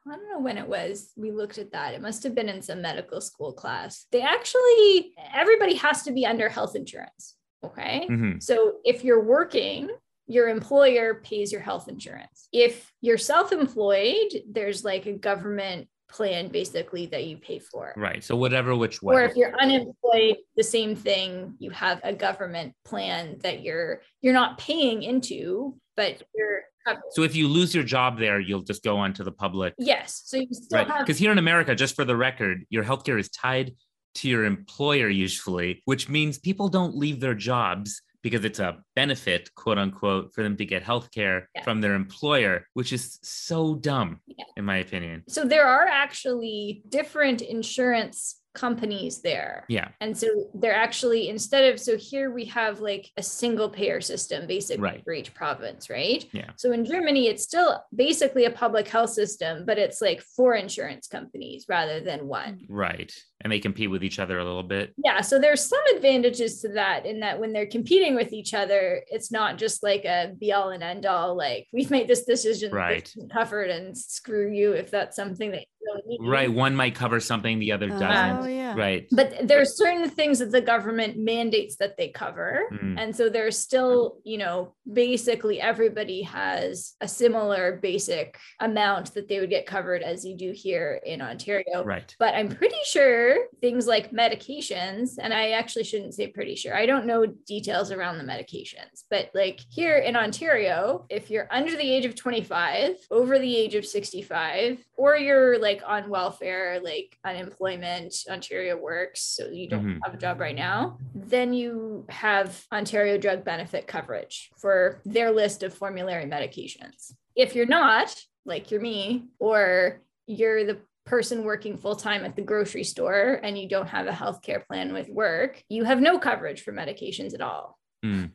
Speaker 3: I don't know when it was, we looked at that. It must have been in some medical school class. They actually, everybody has to be under health insurance. Okay.
Speaker 2: hmm
Speaker 3: So if you're working, your employer pays your health insurance. If you're self employed, there's like a government plan basically that you pay for.
Speaker 2: Right. So whatever which
Speaker 3: Or
Speaker 2: way.
Speaker 3: if you're unemployed, the same thing, you have a government plan that you're you're not paying into, but you're covered.
Speaker 2: so if you lose your job there, you'll just go onto the public.
Speaker 3: Yes. So you still
Speaker 2: Right.
Speaker 3: have
Speaker 2: Because here in America, just for the record, your healthcare is tied to your employer usually, which means people don't leave their jobs because it's a benefit, quote unquote, for them to get healthcare
Speaker 3: Yeah.
Speaker 2: from their employer, which is so dumb,
Speaker 3: Yeah.
Speaker 2: in my opinion.
Speaker 3: so there are actually different insurance companies there.
Speaker 2: Yeah.
Speaker 3: And so they're actually instead of so here we have like a single payer system basically
Speaker 2: Right.
Speaker 3: for each province, right?
Speaker 2: Yeah.
Speaker 3: So in Germany, it's still basically a public health system, but it's like four insurance companies rather than
Speaker 2: Mm.
Speaker 3: one.
Speaker 2: Right. And they compete with each other a little bit.
Speaker 3: Yeah. So there's some advantages to that in that when they're competing with each other, it's not just like a be all and end all, like we've made this decision
Speaker 2: Right.
Speaker 3: this isn't covered and screw you if that's something that you don't need.
Speaker 2: Right. One might cover something, the other
Speaker 1: Oh
Speaker 2: doesn't.
Speaker 1: yeah.
Speaker 2: Right.
Speaker 3: But there's certain things that the government mandates that they cover.
Speaker 2: Mm.
Speaker 3: And so there's still, you know, basically everybody has a similar basic amount that they would get covered as you do here in Ontario.
Speaker 2: Right.
Speaker 3: But I'm pretty sure things like medications, and I actually shouldn't say pretty sure, I don't know details around the medications, but like here in Ontario, if you're under the age of 25, over the age of 65, or you're like on welfare, like unemployment, Ontario works, so you don't
Speaker 2: Mhm.
Speaker 3: have a job right now, then you have Ontario drug benefit coverage for their list of formulary medications. If you're not, like you're me, or you're the person working full time at the grocery store and you don't have a healthcare plan with work, you have no coverage for medications at all.
Speaker 2: Mm.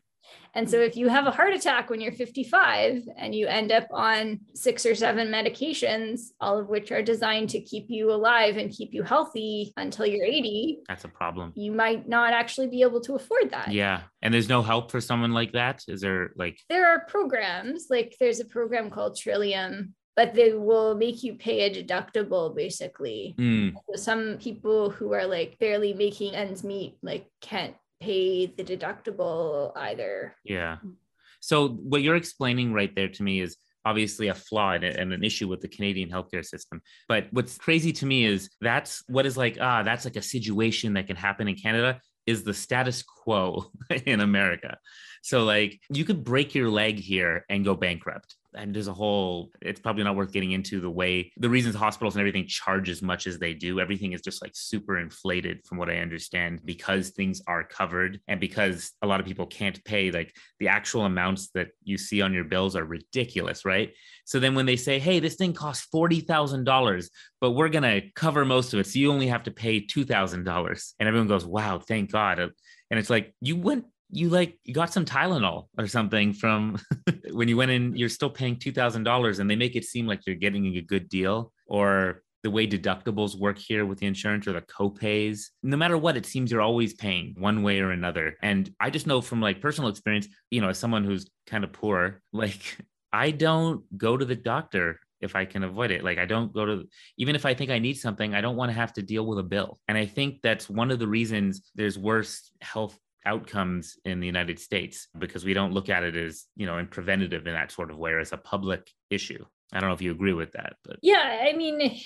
Speaker 3: And so if you have a heart attack when you're 55 and you end up on six or seven medications, all of which are designed to keep you alive and keep you healthy until you're 80,
Speaker 2: That's a problem.
Speaker 3: you might not actually be able to afford that.
Speaker 2: Yeah. And there's no help for someone like that. Is there like,
Speaker 3: There are programs, like there's a program called Trillium, but they will make you pay a deductible basically.
Speaker 2: mm,
Speaker 3: So Some people who are like barely making ends meet, like can't pay the deductible either.
Speaker 2: yeah. So what you're explaining right there to me is obviously a flaw and, and an issue with the Canadian healthcare system. But what's crazy to me is that's what is like, ah, that's like a situation that can happen in Canada is the status quo <laughs> in America. So like you could break your leg here and go bankrupt. And there's a whole, it's probably not worth getting into the way the reasons hospitals and everything charge as much as they do. Everything is just like super inflated from what I understand because things are covered and because a lot of people can't pay. Like the actual amounts that you see on your bills are ridiculous, right? So then when they say, hey, this thing costs $40,000, but we're going to cover most of it. So you only have to pay $2,000. And everyone goes, wow, thank God. And it's like, you went, you like you got some Tylenol or something from when you went in, you're still paying $2,000 and they make it seem like you're getting a good deal or the way deductibles work here with the insurance or the copays. No matter what, it seems you're always paying one way or another. And I just know from like personal experience, you know, as someone who's kind of poor, <laughs> like I don't go to the doctor if I can avoid it. Like I don't go to even if I think I need something, I don't want to have to deal with a bill. And I think that's one of the reasons there's worse health outcomes in the United States because we don't look at it as, you know, in preventative in that sort of way or as a public issue. I don't know if you agree with that, but
Speaker 3: Yeah, I mean,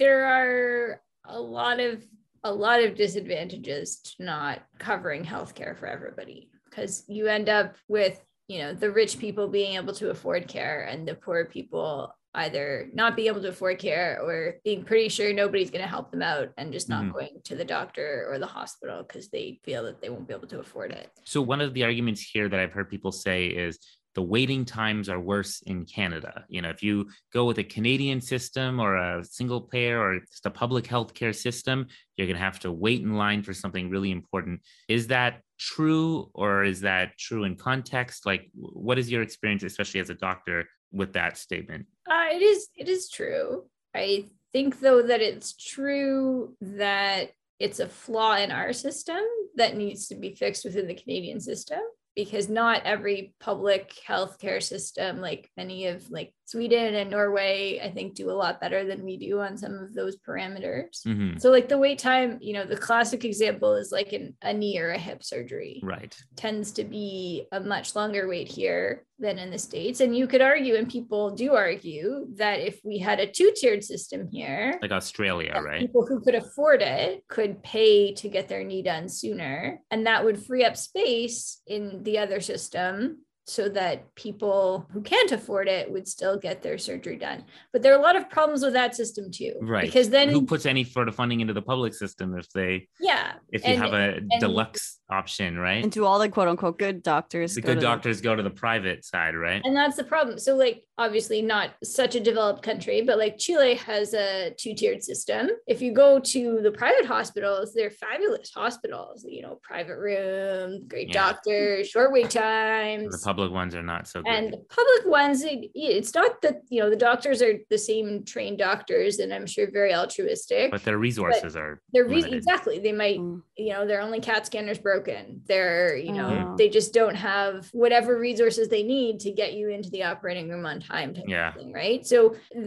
Speaker 3: there are a lot of a lot of disadvantages to not covering healthcare for everybody because you end up with, you know, the rich people being able to afford care and the poor people either not being able to afford care or being pretty sure nobody's going to help them out and just not
Speaker 2: Mhm.
Speaker 3: going to the doctor or the hospital because they feel that they won't be able to afford it.
Speaker 2: So one of the arguments here that I've heard people say is the waiting times are worse in Canada. You know, if you go with a Canadian system or a single payer or just a public healthcare system, you're going to have to wait in line for something really important. Is that true or is that true in context? Like wh- what is your experience especially as a doctor with that statement?
Speaker 3: Uh, it is it is true. I think though that it's true that it's a flaw in our system that needs to be fixed within the Canadian system because not every public healthcare system like many of like Sweden and Norway I think do a lot better than we do on some of those parameters.
Speaker 2: Mhm.
Speaker 3: So like the wait time, you know, the classic example is like an, a knee or a hip surgery
Speaker 2: Right.
Speaker 3: tends to be a much longer wait here than in the States. And you could argue, and people do argue, that if we had a two tiered system here,
Speaker 2: Like Australia,
Speaker 3: that
Speaker 2: right?
Speaker 3: people who could afford it could pay to get their knee done sooner. And that would free up space in the other system so that people who can't afford it would still get their surgery done. But there are a lot of problems with that system too.
Speaker 2: Right.
Speaker 3: Because then,
Speaker 2: who puts any sort of funding into the public system if they
Speaker 3: yeah.
Speaker 2: if you
Speaker 3: And-
Speaker 2: have a deluxe option, right?
Speaker 1: And do all the quote unquote good doctors
Speaker 2: the
Speaker 1: go
Speaker 2: good
Speaker 1: to
Speaker 2: doctors go to the private side, right?
Speaker 3: And that's the problem. So, like, obviously, not such a developed country, but like Chile has a two tiered system. If you go to the private hospitals, they're fabulous hospitals, you know, private room, great
Speaker 2: Yeah.
Speaker 3: doctors, short wait
Speaker 2: the
Speaker 3: times.
Speaker 2: public ones are not so good.
Speaker 3: And the public ones, it, it's not that, you know, the doctors are the same trained doctors, and I'm sure very altruistic.
Speaker 2: but their resources are
Speaker 3: they're re-
Speaker 2: limited.
Speaker 3: exactly, they might
Speaker 1: Mm.
Speaker 3: you know their only cat scanner's broken they're you know
Speaker 1: Mm.
Speaker 3: they just don't have whatever resources they need to get you into the operating room on time type of
Speaker 2: Yeah.
Speaker 3: thing, right so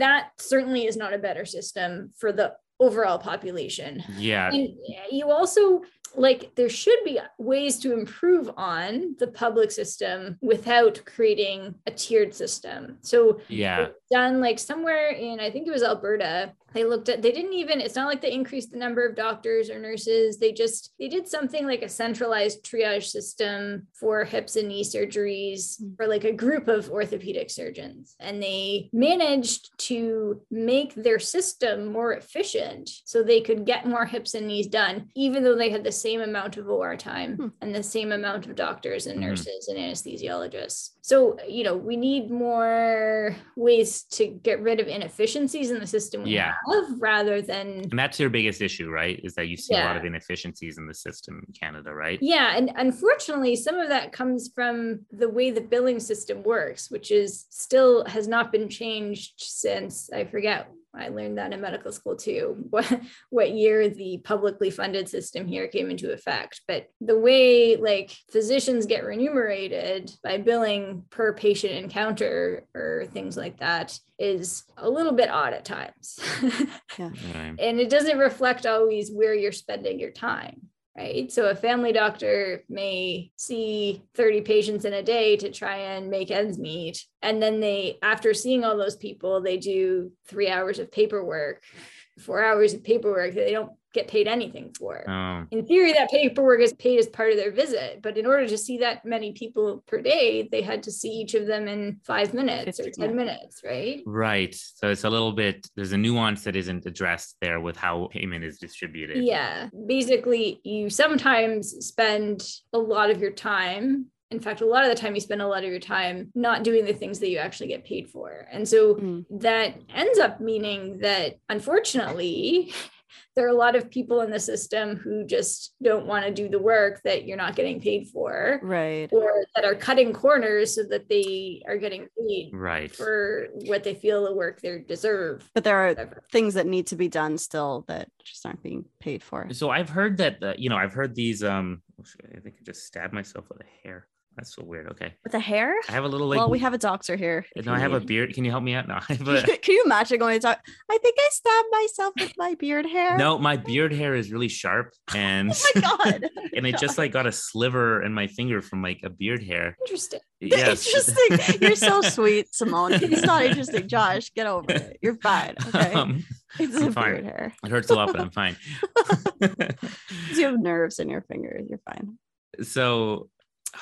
Speaker 3: that certainly is not a better system for the overall population
Speaker 2: Yeah.
Speaker 3: and you also like there should be ways to improve on the public system without creating a tiered system so
Speaker 2: Yeah.
Speaker 3: they've done like somewhere in I think it was Alberta. They looked at they didn't even it's not like they increased the number of doctors or nurses. They just they did something like a centralized triage system for hips and knee surgeries for like a group of orthopedic surgeons. And they managed to make their system more efficient so they could get more hips and knees done even though they had the same amount of OR time
Speaker 1: Hmm.
Speaker 3: and the same amount of doctors and
Speaker 2: Mhm.
Speaker 3: nurses and anesthesiologists. So, you know, we need more ways to get rid of inefficiencies in the system. we
Speaker 2: Yeah.
Speaker 3: have rather than
Speaker 2: And that's your biggest issue, right? Is that you see a lot
Speaker 3: Yeah.
Speaker 2: of inefficiencies in the system in Canada, right?
Speaker 3: Yeah, and unfortunately, some of that comes from the way the billing system works, which is still has not been changed since I forget. I learned that in medical school too. <laughs> What what year the publicly funded system here came into effect, but the way like physicians get remunerated by billing per patient encounter or things like that is a little bit odd at times. <laughs>
Speaker 2: Right.
Speaker 3: and it doesn't reflect always where you're spending your time right so a family doctor may see 30 patients in a day to try and make ends meet and then they after seeing all those people they do three hours of paperwork four hours of paperwork that they don't get paid anything for
Speaker 2: Oh,
Speaker 3: in theory that paperwork is paid as part of their visit but in order to see that many people per day they had to see each of them in five minutes or
Speaker 1: Fifteen
Speaker 3: ten minutes right
Speaker 2: right. So it's a little bit, there's a nuance that isn't addressed there with how payment is distributed.
Speaker 3: Yeah. Basically, you sometimes spend a lot of your time. In fact, a lot of the time you spend a lot of your time not doing the things that you actually get paid for. And so
Speaker 1: Mm.
Speaker 3: that ends up meaning that unfortunately, <laughs> there are a lot of people in the system who just don't want to do the work that you're not getting paid for
Speaker 1: Right.
Speaker 3: or that are cutting corners so that they are getting paid
Speaker 2: Right.
Speaker 3: for what they feel the work they deserve.
Speaker 1: But there are
Speaker 3: Whatever.
Speaker 1: things that need to be done still that just aren't being paid for.
Speaker 2: So I've heard that, uh, you know, I've heard these, um, oh, shit, I think I just stabbed myself with a hair. That's so weird. Okay.
Speaker 1: With the hair?
Speaker 2: I have a little like,
Speaker 1: well, we have a doctor here. if
Speaker 2: no,
Speaker 1: you
Speaker 2: I
Speaker 3: <laughs>
Speaker 2: have a
Speaker 1: need.
Speaker 2: beard. Can you help me out? No, <laughs> I have
Speaker 1: <laughs>
Speaker 2: a,
Speaker 1: Can you imagine going to talk? I think I stabbed myself with my beard hair.
Speaker 2: no, my beard hair is really sharp and,
Speaker 1: <laughs>
Speaker 2: <laughs>
Speaker 1: Oh my god.
Speaker 2: and it just like got a sliver in my finger from like a beard hair.
Speaker 1: <laughs>
Speaker 3: Interesting.
Speaker 2: Yes.
Speaker 1: Interesting. You're
Speaker 2: <laughs>
Speaker 1: so sweet, Simone. It's not interesting. Josh, get over it. You're
Speaker 2: <laughs>
Speaker 1: fine. Okay.
Speaker 2: Um,
Speaker 1: it's
Speaker 2: I'm
Speaker 1: a
Speaker 2: fine.
Speaker 1: beard hair.
Speaker 2: it hurts a lot, but I'm fine. <laughs>
Speaker 1: You have nerves in your fingers. You're fine.
Speaker 2: so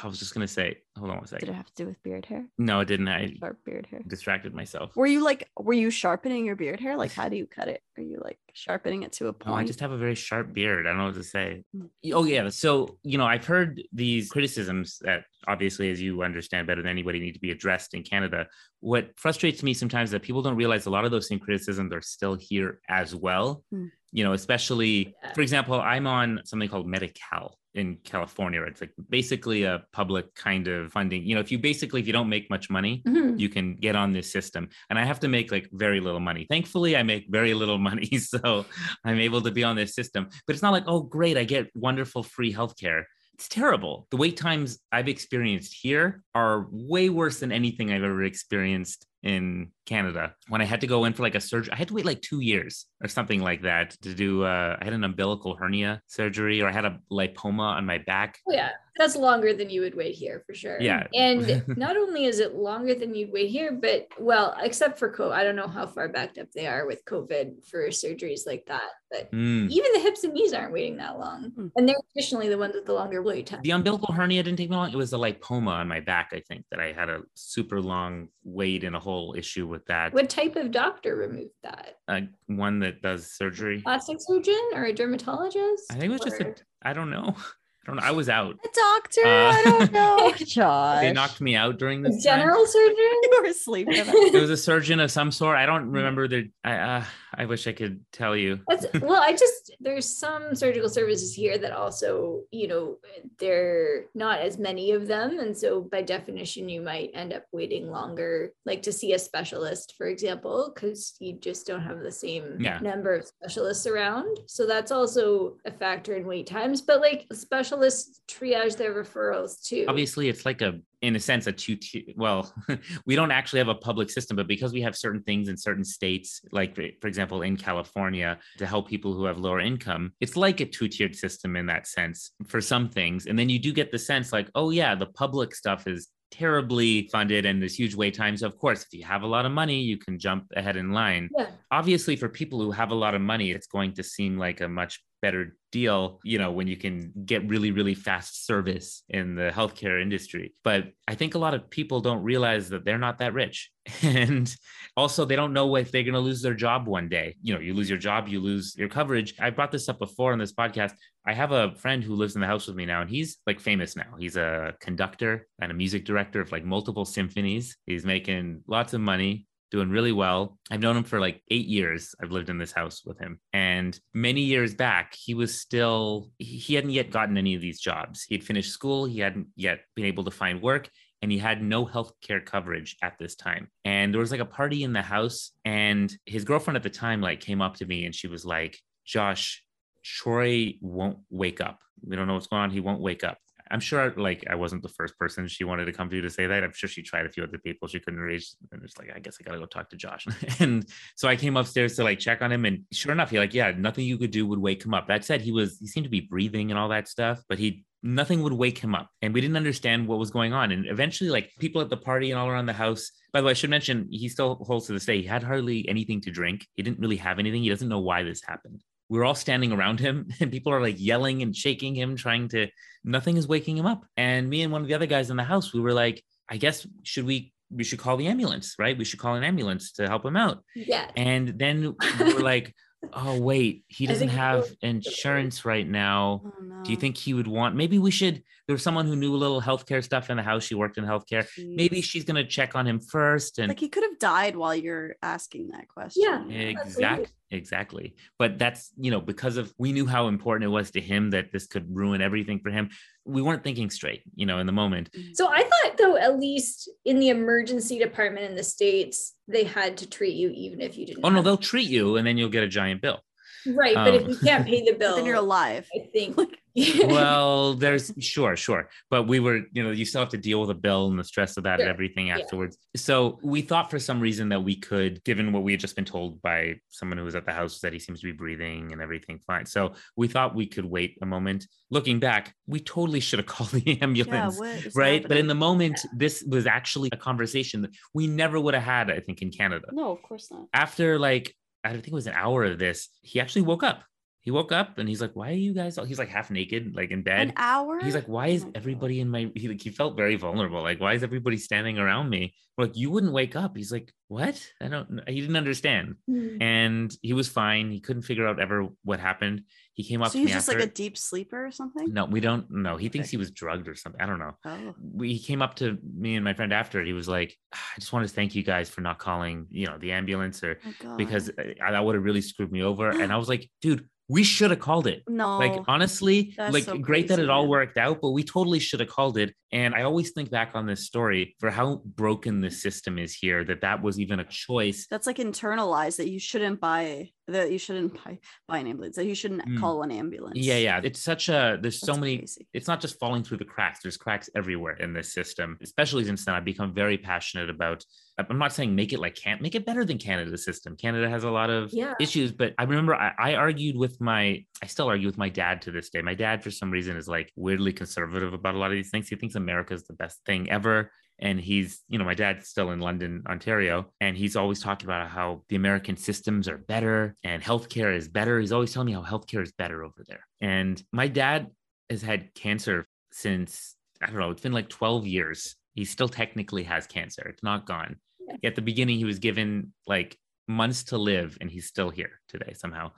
Speaker 2: I was just gonna say, hold on one
Speaker 1: Did
Speaker 2: second.
Speaker 1: it have to do with beard hair?
Speaker 2: No, it didn't. I
Speaker 1: Sharp beard hair.
Speaker 2: distracted myself.
Speaker 1: Were you like, were you sharpening your beard hair? Like, how do you cut it? Are you like sharpening it to a point?
Speaker 2: No, I just have a very sharp beard. I don't know what to say.
Speaker 1: Mm.
Speaker 2: Oh yeah. So you know, I've heard these criticisms that obviously, as you understand better than anybody, need to be addressed in Canada. What frustrates me sometimes is that people don't realize a lot of those same criticisms are still here as well.
Speaker 1: Mm.
Speaker 2: You know, especially
Speaker 3: Yeah.
Speaker 2: for example, I'm on something called Medi-Cal in California. It's like basically a public kind of funding. You know, if you basically if you don't make much money,
Speaker 3: Mhm.
Speaker 2: you can get on this system and i have to make like very little money thankfully i make very little money <laughs> so i'm able to be on this system but it's not like oh great i get wonderful free healthcare it's terrible the wait times i've experienced here are way worse than anything i've ever experienced in canada when i had to go in for like a surgery i had to wait like two years or something like that to do uh, i had an umbilical hernia surgery or i had a lipoma on my back
Speaker 3: Oh, yeah, that's longer than you would wait here for sure.
Speaker 2: Yeah.
Speaker 3: And
Speaker 2: <laughs>
Speaker 3: not only is it longer than you'd wait here, but well, except for COVID, I don't know how far backed up they are with COVID for surgeries like that, but
Speaker 2: Mm.
Speaker 3: even the hips and knees aren't waiting that long.
Speaker 1: Mm.
Speaker 3: And they're traditionally the ones with the longer wait time.
Speaker 2: The umbilical hernia didn't take me long. It was the lipoma on my back, I think, that I had a super long wait and a whole issue with that.
Speaker 3: What type of doctor removed that?
Speaker 2: Uh, one that does surgery.
Speaker 3: Plastic surgeon or a dermatologist?
Speaker 2: I think it was just a,
Speaker 3: Or-
Speaker 2: I don't know. <laughs> I don't know. I was out.
Speaker 1: a doctor?
Speaker 2: Uh,
Speaker 1: I
Speaker 2: <laughs>
Speaker 1: don't know. Josh.
Speaker 2: They knocked me out during
Speaker 3: a
Speaker 2: this. Time.
Speaker 3: general surgeon?
Speaker 1: <laughs> you were asleep. for that.
Speaker 2: <laughs> It was a surgeon of some sort. I don't remember the. I uh, I wish I could tell you.
Speaker 3: That's well, I just there's some surgical services here that also, you know, they're not as many of them. And so by definition, you might end up waiting longer, like to see a specialist, for example, because you just don't have the same
Speaker 2: Yeah.
Speaker 3: number of specialists around. So that's also a factor in wait times. But like specialists triage their referrals too.
Speaker 2: Obviously, it's like a in a sense a two. T- well, <laughs> we don't actually have a public system, but because we have certain things in certain states, like for example in California, to help people who have lower income, it's like a two tiered system in that sense for some things. And then you do get the sense like, oh, yeah, the public stuff is terribly funded and there's huge wait times. Of course, if you have a lot of money, you can jump ahead in line
Speaker 3: Yeah.
Speaker 2: obviously for people who have a lot of money it's going to seem like a much better deal you know when you can get really really fast service in the healthcare industry but i think a lot of people don't realize that they're not that rich <laughs> and also they don't know if they're going to lose their job one day you know you lose your job you lose your coverage i brought this up before on this podcast I have a friend who lives in the house with me now, and he's like famous now. He's a conductor and a music director of like multiple symphonies. He's making lots of money, doing really well. I've known him for like eight years. I've lived in this house with him. And many years back, he was still, he he hadn't yet gotten any of these jobs. He'd finished school, he hadn't yet been able to find work and he had no health care coverage at this time. And there was like a party in the house, and his girlfriend at the time like came up to me and she was like, "Josh, Troy won't wake up. We don't know what's going on. He won't wake up." I'm sure like I wasn't the first person she wanted to come to to say that. I'm sure she tried a few other people she couldn't reach, and it's like I guess I gotta go talk to Josh. <laughs> and so I came upstairs to like check on him, and sure enough, he like yeah, nothing you could do would wake him up. That said, he was he seemed to be breathing and all that stuff, but he nothing would wake him up, and we didn't understand what was going on. And eventually, like people at the party and all around the house. By the way, I should mention he still holds to this day. He had hardly anything to drink. He didn't really have anything. He doesn't know why this happened we're all standing around him <laughs> and people are like yelling and shaking him trying to nothing is waking him up and me and one of the other guys in the house we were like i guess should we we should call the ambulance right we should call an ambulance to help him out
Speaker 3: Yeah.
Speaker 2: and then we were like oh wait he
Speaker 3: I think
Speaker 2: doesn't
Speaker 3: he
Speaker 2: have
Speaker 3: will-
Speaker 2: insurance right now
Speaker 1: Oh, no.
Speaker 2: do you think he would want maybe we should there was someone who knew a little healthcare stuff in the house she worked in healthcare maybe
Speaker 1: Jeez.
Speaker 2: she's going to check on him first and
Speaker 1: like he could have died while you're asking that question.
Speaker 2: Exactly. Exactly. But that's, you know, because of we knew how important it was to him that this could ruin everything for him. We weren't thinking straight, you know, in the moment.
Speaker 3: So I thought though, at least in the emergency department in the States, they had to treat you even if you didn't.
Speaker 2: Oh no,
Speaker 3: have-
Speaker 2: they'll treat you and then you'll get a
Speaker 1: <laughs>
Speaker 2: giant bill.
Speaker 3: right. But if
Speaker 2: um,
Speaker 3: you can't pay the bill,
Speaker 1: But then you're alive.
Speaker 3: I think. <laughs>
Speaker 1: Like,
Speaker 2: Well, there's sure, sure. But we were, you know, you still have to deal with a bill and the stress of that
Speaker 3: Sure.
Speaker 2: and everything
Speaker 3: Yeah.
Speaker 2: afterwards. So we thought for some reason that we could, given what we had just been told by someone who was at the house that he seems to be breathing and everything fine. So we thought we could wait a moment. Looking back, we totally should have <laughs> called the
Speaker 1: yeah,
Speaker 2: ambulance.
Speaker 1: what is
Speaker 2: right but in the
Speaker 1: happening?
Speaker 2: moment this was actually a conversation that we never would have had i think in canada
Speaker 1: no, of course not.
Speaker 2: after like i think it was an hour of this he actually woke up he woke up and he's like why are you guys all he's like half naked like in
Speaker 1: An
Speaker 2: bed
Speaker 1: hour.
Speaker 2: he's like why
Speaker 1: Oh
Speaker 2: is
Speaker 1: my God.
Speaker 2: everybody in my he, like, he felt very vulnerable like why is everybody standing around me We're like you wouldn't wake up he's like what i don't kn-" he didn't understand
Speaker 1: Mm-hmm.
Speaker 3: Mm.
Speaker 2: and he was fine he couldn't figure out ever what happened he came up
Speaker 1: So
Speaker 2: to
Speaker 1: he's
Speaker 2: me
Speaker 1: just
Speaker 2: after
Speaker 1: like a deep sleeper or something.
Speaker 2: no we don't know he thinks
Speaker 1: Okay.
Speaker 2: he was drugged or something i don't know
Speaker 1: Oh,
Speaker 2: we, he came up to me and my friend after he was like "Ah, i just want to thank you guys for not calling you know the ambulance or
Speaker 1: my God.
Speaker 2: because eh, I, that would have really screwed me over and
Speaker 1: <gasps>
Speaker 2: i was like dude we should have called it
Speaker 1: no,
Speaker 2: like honestly
Speaker 1: Oh, that's
Speaker 2: like
Speaker 1: so
Speaker 2: great that
Speaker 1: crazy,
Speaker 2: it all
Speaker 1: man.
Speaker 2: worked out but we totally should have called it and i always think back on this story for how broken the system is here that that was even a choice
Speaker 1: that's like internalized that you shouldn't buy that you shouldn't buy, buy an ambulance that you shouldn't
Speaker 2: Mm.
Speaker 1: call an ambulance.
Speaker 2: yeah yeah it's such a there's so
Speaker 1: That's
Speaker 2: many
Speaker 1: crazy.
Speaker 2: it's not just falling through the cracks. There's cracks everywhere in this system, especially since then I've become very passionate about. I'm not saying make it like can't make it better than Canada's system. Canada has a lot of
Speaker 3: Yeah.
Speaker 2: issues, but I remember I, I argued with my, I still argue with my dad to this day. My dad, for some reason, is like weirdly conservative about a lot of these things. He thinks America is the best thing ever. And he's, you know, my dad's still in London, Ontario, and he's always talking about how the American systems are better and healthcare is better. He's always telling me how healthcare is better over there. And my dad has had cancer since I don't know, it's been like 12 years. He still technically has cancer. It's not gone.
Speaker 3: Yeah.
Speaker 2: At the beginning, he was given like months to live and he's still here today somehow.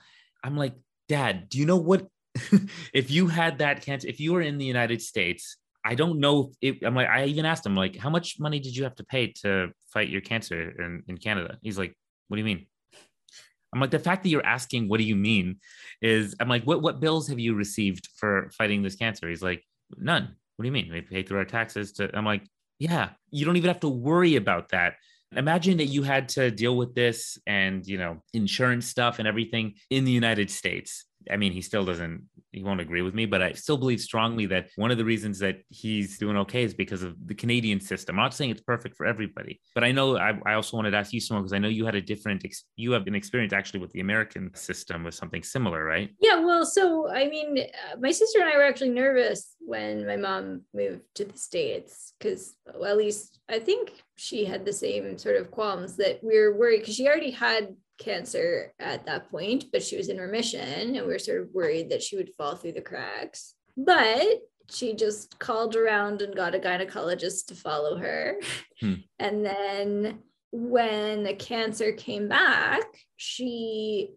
Speaker 2: I'm like, Dad, do you know what? <laughs> if you had that cancer, if you were in the United States, I don't know. If it, I'm like, I even asked him, like, how much money did you have to pay to fight your cancer in, in Canada? He's like, what do you mean? I'm like, the fact that you're asking, what do you mean? is I'm like, what what bills have you received for fighting this cancer? He's like, none. What do you mean? We pay through our taxes to I'm like, yeah, you don't even have to worry about that. Imagine that you had to deal with this and you know, insurance stuff and everything in the United States. I mean, he still doesn't, he won't agree with me, but I still believe strongly that one of the reasons that he's doing okay is because of the Canadian system. I'm not saying it's perfect for everybody, but I know I, I also wanted to ask you, Simone, because I know you had a different, ex- you have an experience actually with the American system with something similar, right?
Speaker 3: Yeah, well, so I mean, uh, my sister and I were actually nervous when my mom moved to the States because, well, at least I think she had the same sort of qualms that we were worried because she already had cancer at that point, but she was in remission and we were sort of worried that she would fall through the cracks. But she just called around and got a gynecologist to follow her. <laughs>
Speaker 2: Hmm.
Speaker 3: And then when the cancer came back, she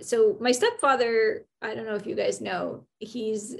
Speaker 3: so my stepfather i don't know if you guys know he's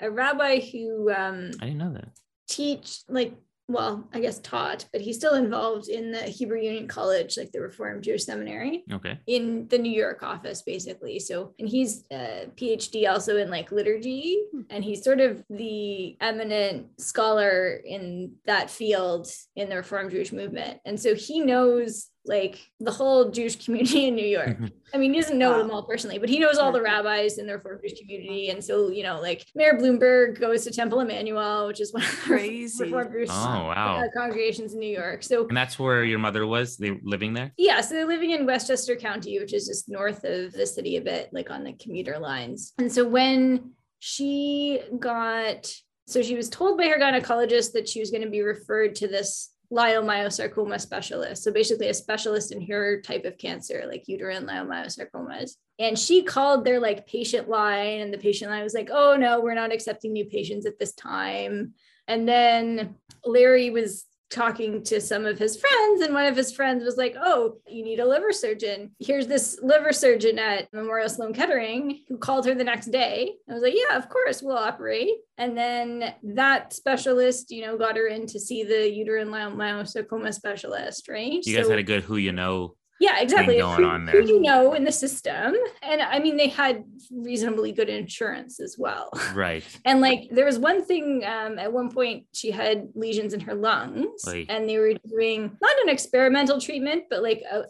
Speaker 3: a rabbi who um
Speaker 2: I didn't know that.
Speaker 3: teach like well, I guess taught, but he's still involved in the Hebrew Union College, like the Reformed Jewish Seminary
Speaker 2: Okay.
Speaker 3: in the New York office, basically. So, and he's a PhD also in like liturgy,
Speaker 1: Hmm.
Speaker 3: and he's sort of the eminent scholar in that field in the Reformed Jewish movement. And so he knows like the whole Jewish community in
Speaker 1: <laughs>
Speaker 3: New York. I mean, he doesn't know
Speaker 1: Wow.
Speaker 3: them all personally, but he knows all the rabbis in the Reformed Jewish community. And so, you know, like Mayor Bloomberg goes to Temple Emmanuel, which is one of the
Speaker 1: Crazy.
Speaker 3: Reformed Jewish
Speaker 2: Oh wow.
Speaker 3: uh, congregations in New York. So
Speaker 2: And that's where your mother was. They living there.
Speaker 3: yeah, so they're living in Westchester County, which is just north of the city a bit, like on the commuter lines. And so when she got, so she was told by her gynecologist that she was going to be referred to this leiomyosarcoma specialist. So basically, a specialist in her type of cancer, like uterine leiomyosarcomas. And she called their like patient line, and the patient line was like, "Oh no, we're not accepting new patients at this time." And then Larry was talking to some of his friends, and one of his friends was like, Oh, you need a liver surgeon. Here's this liver surgeon at Memorial Sloan Kettering who called her the next day. I was like, Yeah, of course, we'll operate. And then that specialist, you know, got her in to see the uterine leiomyosarcoma specialist, right?
Speaker 2: You guys
Speaker 3: So-
Speaker 2: had a good who you know.
Speaker 3: yeah, exactly.
Speaker 2: going
Speaker 3: Who-
Speaker 2: on
Speaker 3: who
Speaker 2: there.
Speaker 3: you know in the system. And I mean, they had reasonably good insurance as well. <laughs>
Speaker 2: Right.
Speaker 3: And like there was one thing um, at one point she had lesions in her lungs,
Speaker 2: Oy.
Speaker 3: and they were doing not an experimental treatment, but like a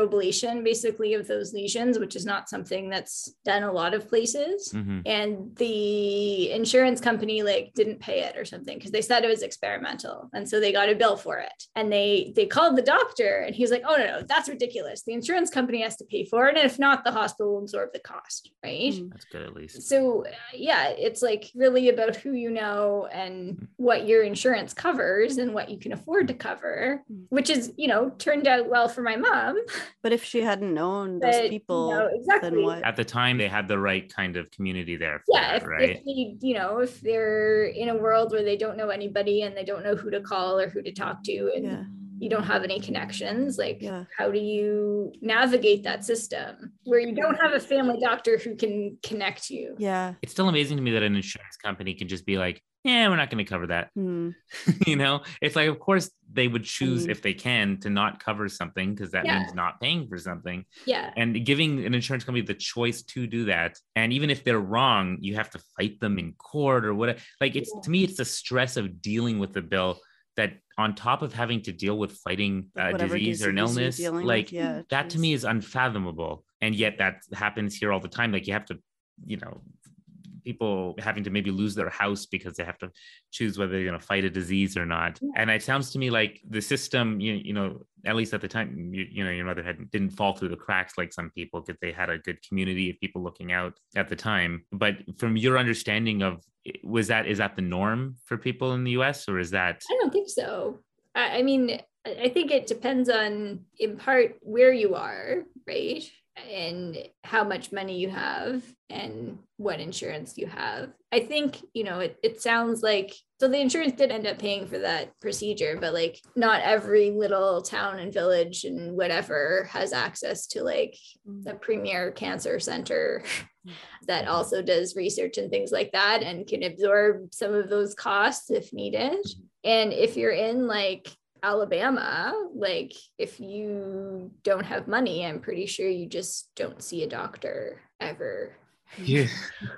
Speaker 3: radioablation basically of those lesions, which is not something that's done a lot of places.
Speaker 2: hmm
Speaker 3: And the insurance company like didn't pay it or something because they said it was experimental, and so they got a bill for it. And they they called the doctor, and he was like, "Oh no, no, that's ridiculous. The insurance company has to pay for it, and if not, the hospital will absorb the cost, right?"
Speaker 1: Mm.
Speaker 2: That's good at least.
Speaker 3: so uh, yeah it's like really about who you know
Speaker 1: Mm.
Speaker 3: and what your insurance covers and what you can afford to cover
Speaker 1: Mm.
Speaker 3: which is you know turned out well for my mom
Speaker 1: But if she hadn't known those
Speaker 3: but, you
Speaker 1: people,
Speaker 3: know, exactly
Speaker 1: then what?
Speaker 2: At the time, they had the right kind of community there. For
Speaker 3: yeah
Speaker 2: that,
Speaker 3: if,
Speaker 2: right.
Speaker 3: if they you know if they're in a world where they don't know anybody and they don't know who to call or who to talk to and
Speaker 1: Yeah,
Speaker 3: you don't have any connections like
Speaker 1: yeah.
Speaker 3: how do you navigate that system where you don't have a family doctor who can connect you
Speaker 1: Yeah.
Speaker 2: it's still amazing to me that an insurance company can just be like, yeah, we're not going to cover that. <laughs>
Speaker 1: Hmm.
Speaker 2: you know, it's like, of course, they would choose
Speaker 1: Mhm.
Speaker 2: if they can to not cover something because that
Speaker 3: Yeah.
Speaker 2: means not paying for something.
Speaker 3: yeah
Speaker 2: And giving an insurance company the choice to do that. And even if they're wrong, you have to fight them in court or whatever. Like, it's to me, it's the stress of dealing with the bill that, on top of having to deal with fighting a
Speaker 1: Whatever
Speaker 2: disease or an
Speaker 1: you're
Speaker 2: illness,
Speaker 1: dealing with,
Speaker 2: like
Speaker 1: yeah,
Speaker 2: that to
Speaker 1: geez.
Speaker 2: me is unfathomable and yet that happens here all the time like you have to you know people having to maybe lose their house because they have to choose whether they're going to fight a disease or not
Speaker 3: Yeah.
Speaker 2: and it sounds to me like the system you, you know at least at the time you, you know your mother had didn't fall through the cracks like some people because they had a good community of people looking out at the time but from your understanding of was that is that the norm for people in the us or is that
Speaker 3: I don't think so. I, I mean, I I think it depends on, in part, where you are, right? And how much money you have and what insurance you have. I think, you know, it, it sounds like so the insurance did end up paying for that procedure, but like not every little town and village and whatever has access to like a premier cancer center <laughs> that also does research and things like that and can absorb some of those costs if needed. And if you're in like Alabama, like if you don't have money, I'm pretty sure you just don't see a doctor ever
Speaker 2: yeah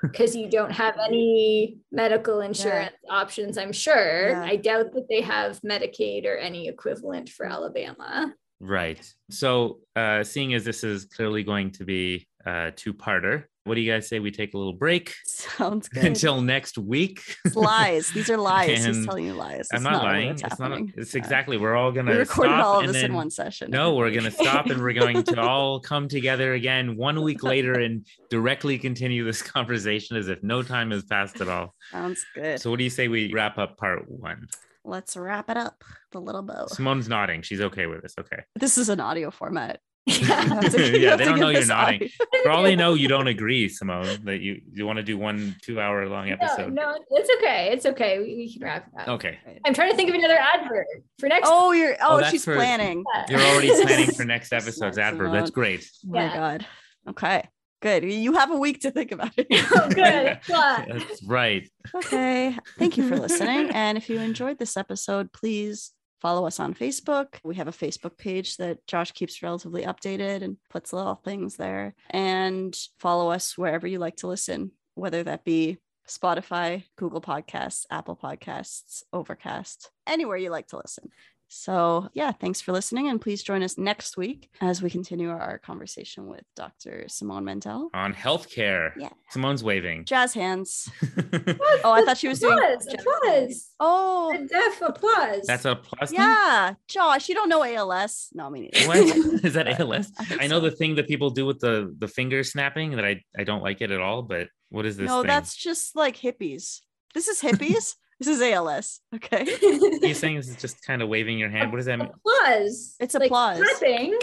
Speaker 3: because you don't have any medical insurance options, I'm sure.
Speaker 1: Yeah.
Speaker 3: I doubt that they have Medicaid or any equivalent for Alabama.
Speaker 2: Right. So, uh, seeing as this is clearly going to be a two parter, what do you guys say we take a little break
Speaker 1: <laughs>
Speaker 2: <laughs>
Speaker 1: Sounds good.
Speaker 2: until next week?
Speaker 1: It's lies.
Speaker 2: <laughs>
Speaker 1: These are lies. He's
Speaker 2: And
Speaker 1: telling you lies.
Speaker 2: I'm
Speaker 1: It's
Speaker 2: not,
Speaker 1: really
Speaker 2: lying.
Speaker 1: what's
Speaker 2: It's not.
Speaker 1: happening.
Speaker 2: It's
Speaker 1: Yeah.
Speaker 2: exactly. We're all gonna
Speaker 1: We recorded
Speaker 2: stop
Speaker 1: all of
Speaker 2: and
Speaker 1: this in
Speaker 2: then-
Speaker 1: one session.
Speaker 2: <laughs> No, we're
Speaker 1: <laughs>
Speaker 2: gonna stop and we're going to <laughs> all come together again one week later and directly continue this conversation as if no time has passed at all.
Speaker 1: Sounds good.
Speaker 2: So, what do you say we wrap up part one?
Speaker 1: Let's wrap it up. The little bow.
Speaker 2: Simone's nodding. She's okay with this. Okay.
Speaker 1: This is an audio
Speaker 2: <laughs>
Speaker 1: format. <laughs>
Speaker 3: Yeah.
Speaker 2: Yeah, they don't know you're nodding.
Speaker 1: nodding.
Speaker 2: For all they know, you don't agree, Simone, that you you want to do one two hour long
Speaker 3: No,
Speaker 2: episode.
Speaker 3: no, it's okay. It's okay. We, we can wrap it up.
Speaker 2: Okay.
Speaker 3: I'm trying to think of another advert for next.
Speaker 1: Oh, you're. Oh,
Speaker 2: that's
Speaker 1: she's
Speaker 2: for-
Speaker 1: planning.
Speaker 3: Yeah.
Speaker 1: <laughs>
Speaker 3: <laughs>
Speaker 2: You're already planning for next
Speaker 1: Smart <laughs>
Speaker 2: episode's adverb.
Speaker 1: Simone.
Speaker 2: That's great.
Speaker 1: Oh
Speaker 3: Yeah.
Speaker 1: my god. Okay. Good. You have a week to think about
Speaker 3: <laughs>
Speaker 1: it. <laughs>
Speaker 3: Oh, good.
Speaker 2: <laughs>
Speaker 3: But-
Speaker 2: That's right.
Speaker 1: Okay. Thank you for listening. And if you enjoyed this episode, please follow us on Facebook. We have a Facebook page that Josh keeps relatively updated and puts little things there. And follow us wherever you like to listen, whether that be Spotify, Google Podcasts, Apple Podcasts, Overcast, anywhere you like to listen. So, yeah, thanks for listening. And please join us next week as we continue our conversation with Dr. Simone Mendel.
Speaker 2: On healthcare.
Speaker 1: Yeah.
Speaker 2: Simone's waving.
Speaker 1: Jazz hands.
Speaker 3: What?
Speaker 1: Oh, I thought she was doing.
Speaker 3: applause, applause.
Speaker 1: Oh,
Speaker 2: <laughs>
Speaker 3: A deaf applause.
Speaker 2: <laughs>
Speaker 3: <laughs>
Speaker 2: That's a plus. now?
Speaker 1: Yeah, Josh, you don't know ALS. No, I mean, <laughs>
Speaker 2: What? <laughs> Is that ALS?
Speaker 1: I think
Speaker 2: I know
Speaker 1: so.
Speaker 2: the thing that people do with the the finger snapping that I I don't like it at all. But what is this?
Speaker 1: no,
Speaker 2: thing?
Speaker 1: that's just like hippies. This is
Speaker 2: <laughs>
Speaker 1: hippies. this is ALS. Okay.
Speaker 2: you saying this is just kind of waving your hand. What does
Speaker 1: <laughs>
Speaker 2: that mean?
Speaker 3: applause.
Speaker 1: It's
Speaker 3: like
Speaker 1: applause.
Speaker 3: Clapping.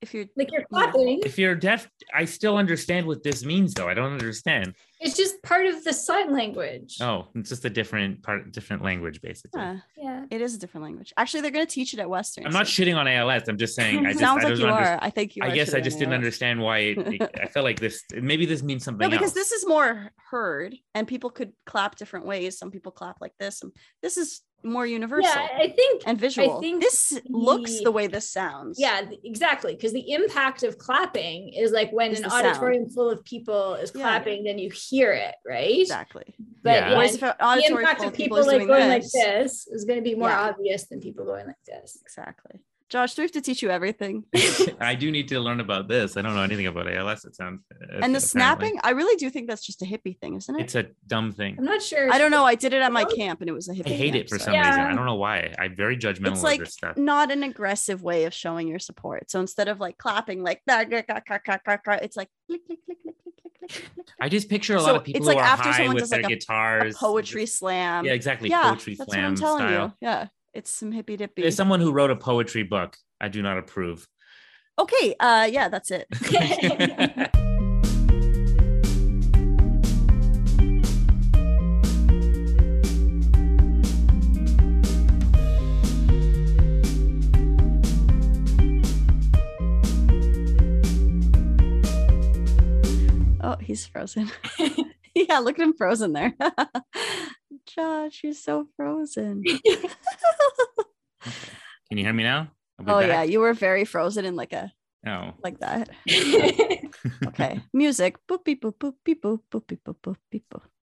Speaker 1: If you're
Speaker 3: Like you're
Speaker 1: Yeah.
Speaker 3: clapping.
Speaker 2: If you're deaf, I still understand what this means though. I don't understand.
Speaker 3: It's just part of the sign language.
Speaker 2: Oh, it's just a different part, different language basically.
Speaker 1: yeah,
Speaker 3: Yeah.
Speaker 1: it is a different language. Actually, they're gonna teach it at Western.
Speaker 2: I'm not
Speaker 1: so-
Speaker 2: shitting on ALS. I'm just <laughs> saying.
Speaker 1: <laughs>
Speaker 2: I just,
Speaker 1: Sounds
Speaker 2: I
Speaker 1: like
Speaker 2: don't
Speaker 1: you
Speaker 2: under-
Speaker 1: are. I think you.
Speaker 2: I
Speaker 1: are
Speaker 2: guess I
Speaker 1: shitting
Speaker 2: just
Speaker 1: on
Speaker 2: didn't
Speaker 1: ALS.
Speaker 2: understand why it,
Speaker 1: <laughs>
Speaker 2: I felt like this. Maybe this means something
Speaker 1: No, because
Speaker 2: else.
Speaker 1: this is more heard, and people could clap different ways. Some people clap like this, and this is more universal
Speaker 3: Yeah, I think
Speaker 1: and visual.
Speaker 3: think
Speaker 1: this looks
Speaker 3: the-
Speaker 1: the way this sounds.
Speaker 3: yeah, th- exactly. Because the impact of clapping is like when
Speaker 1: Is
Speaker 3: an
Speaker 1: the sound.
Speaker 3: auditorium full of people is
Speaker 1: Yeah.
Speaker 3: clapping, then you hear it, right?
Speaker 1: exactly.
Speaker 3: But
Speaker 2: Yeah.
Speaker 3: yeah,
Speaker 1: Whereas if an
Speaker 3: the
Speaker 1: auditor's
Speaker 3: impact
Speaker 1: full
Speaker 3: of
Speaker 1: of people
Speaker 3: people
Speaker 1: is
Speaker 3: like
Speaker 1: doing
Speaker 3: going
Speaker 1: this-
Speaker 3: like this is going to be more
Speaker 1: Yeah.
Speaker 3: obvious than people going like this.
Speaker 1: Exactly. Josh, do we have to teach you
Speaker 2: <laughs>
Speaker 1: everything? <laughs>
Speaker 2: I do need to learn about this. I don't know anything about ALS. It sounds uh,
Speaker 1: and the
Speaker 2: apparently.
Speaker 1: snapping, I really do think that's just a hippie thing, isn't it?
Speaker 2: It's a dumb thing.
Speaker 3: I'm not sure.
Speaker 1: I don't know. I did it at my
Speaker 3: Really?
Speaker 1: camp and it was a hippie.
Speaker 2: I hate it for some
Speaker 1: reason.
Speaker 2: reason.
Speaker 3: Yeah.
Speaker 2: I don't know why. I'm very judgmental
Speaker 1: It's
Speaker 2: of
Speaker 1: like
Speaker 2: this stuff.
Speaker 1: not an aggressive way of showing your support. So instead of like clapping, like "Nah, gah, gah, gah, gah, gah, gah," it's like click, click, click, click, click, click, click, click, click.
Speaker 2: I just picture a
Speaker 1: So
Speaker 2: lot of people
Speaker 1: it's like
Speaker 2: who are
Speaker 1: after
Speaker 2: high
Speaker 1: someone
Speaker 2: with
Speaker 1: does,
Speaker 2: their
Speaker 1: like, a-
Speaker 2: guitary,
Speaker 1: a poetry slam.
Speaker 2: Yeah, exactly.
Speaker 1: Yeah,
Speaker 2: poetry
Speaker 1: that's what
Speaker 2: slam
Speaker 1: I'm telling
Speaker 2: style.
Speaker 1: you. Yeah, it's some hippy dippy.
Speaker 2: As someone who wrote a poetry book, I do not
Speaker 1: <laughs>
Speaker 2: approve. <laughs>
Speaker 1: okay, uh, yeah, that's it. Oh, he's frozen. <laughs> yeah, look at him frozen there. <laughs> Josh, you're so frozen.
Speaker 3: <laughs>
Speaker 2: Can you hear me now? I'll be
Speaker 1: oh yeah,
Speaker 2: back.
Speaker 1: you were very frozen in like a
Speaker 2: No.
Speaker 1: like
Speaker 2: <laughs>
Speaker 1: that. Okay. Music. Boop beep boop boop beep boop boop beep boop boop beep boop.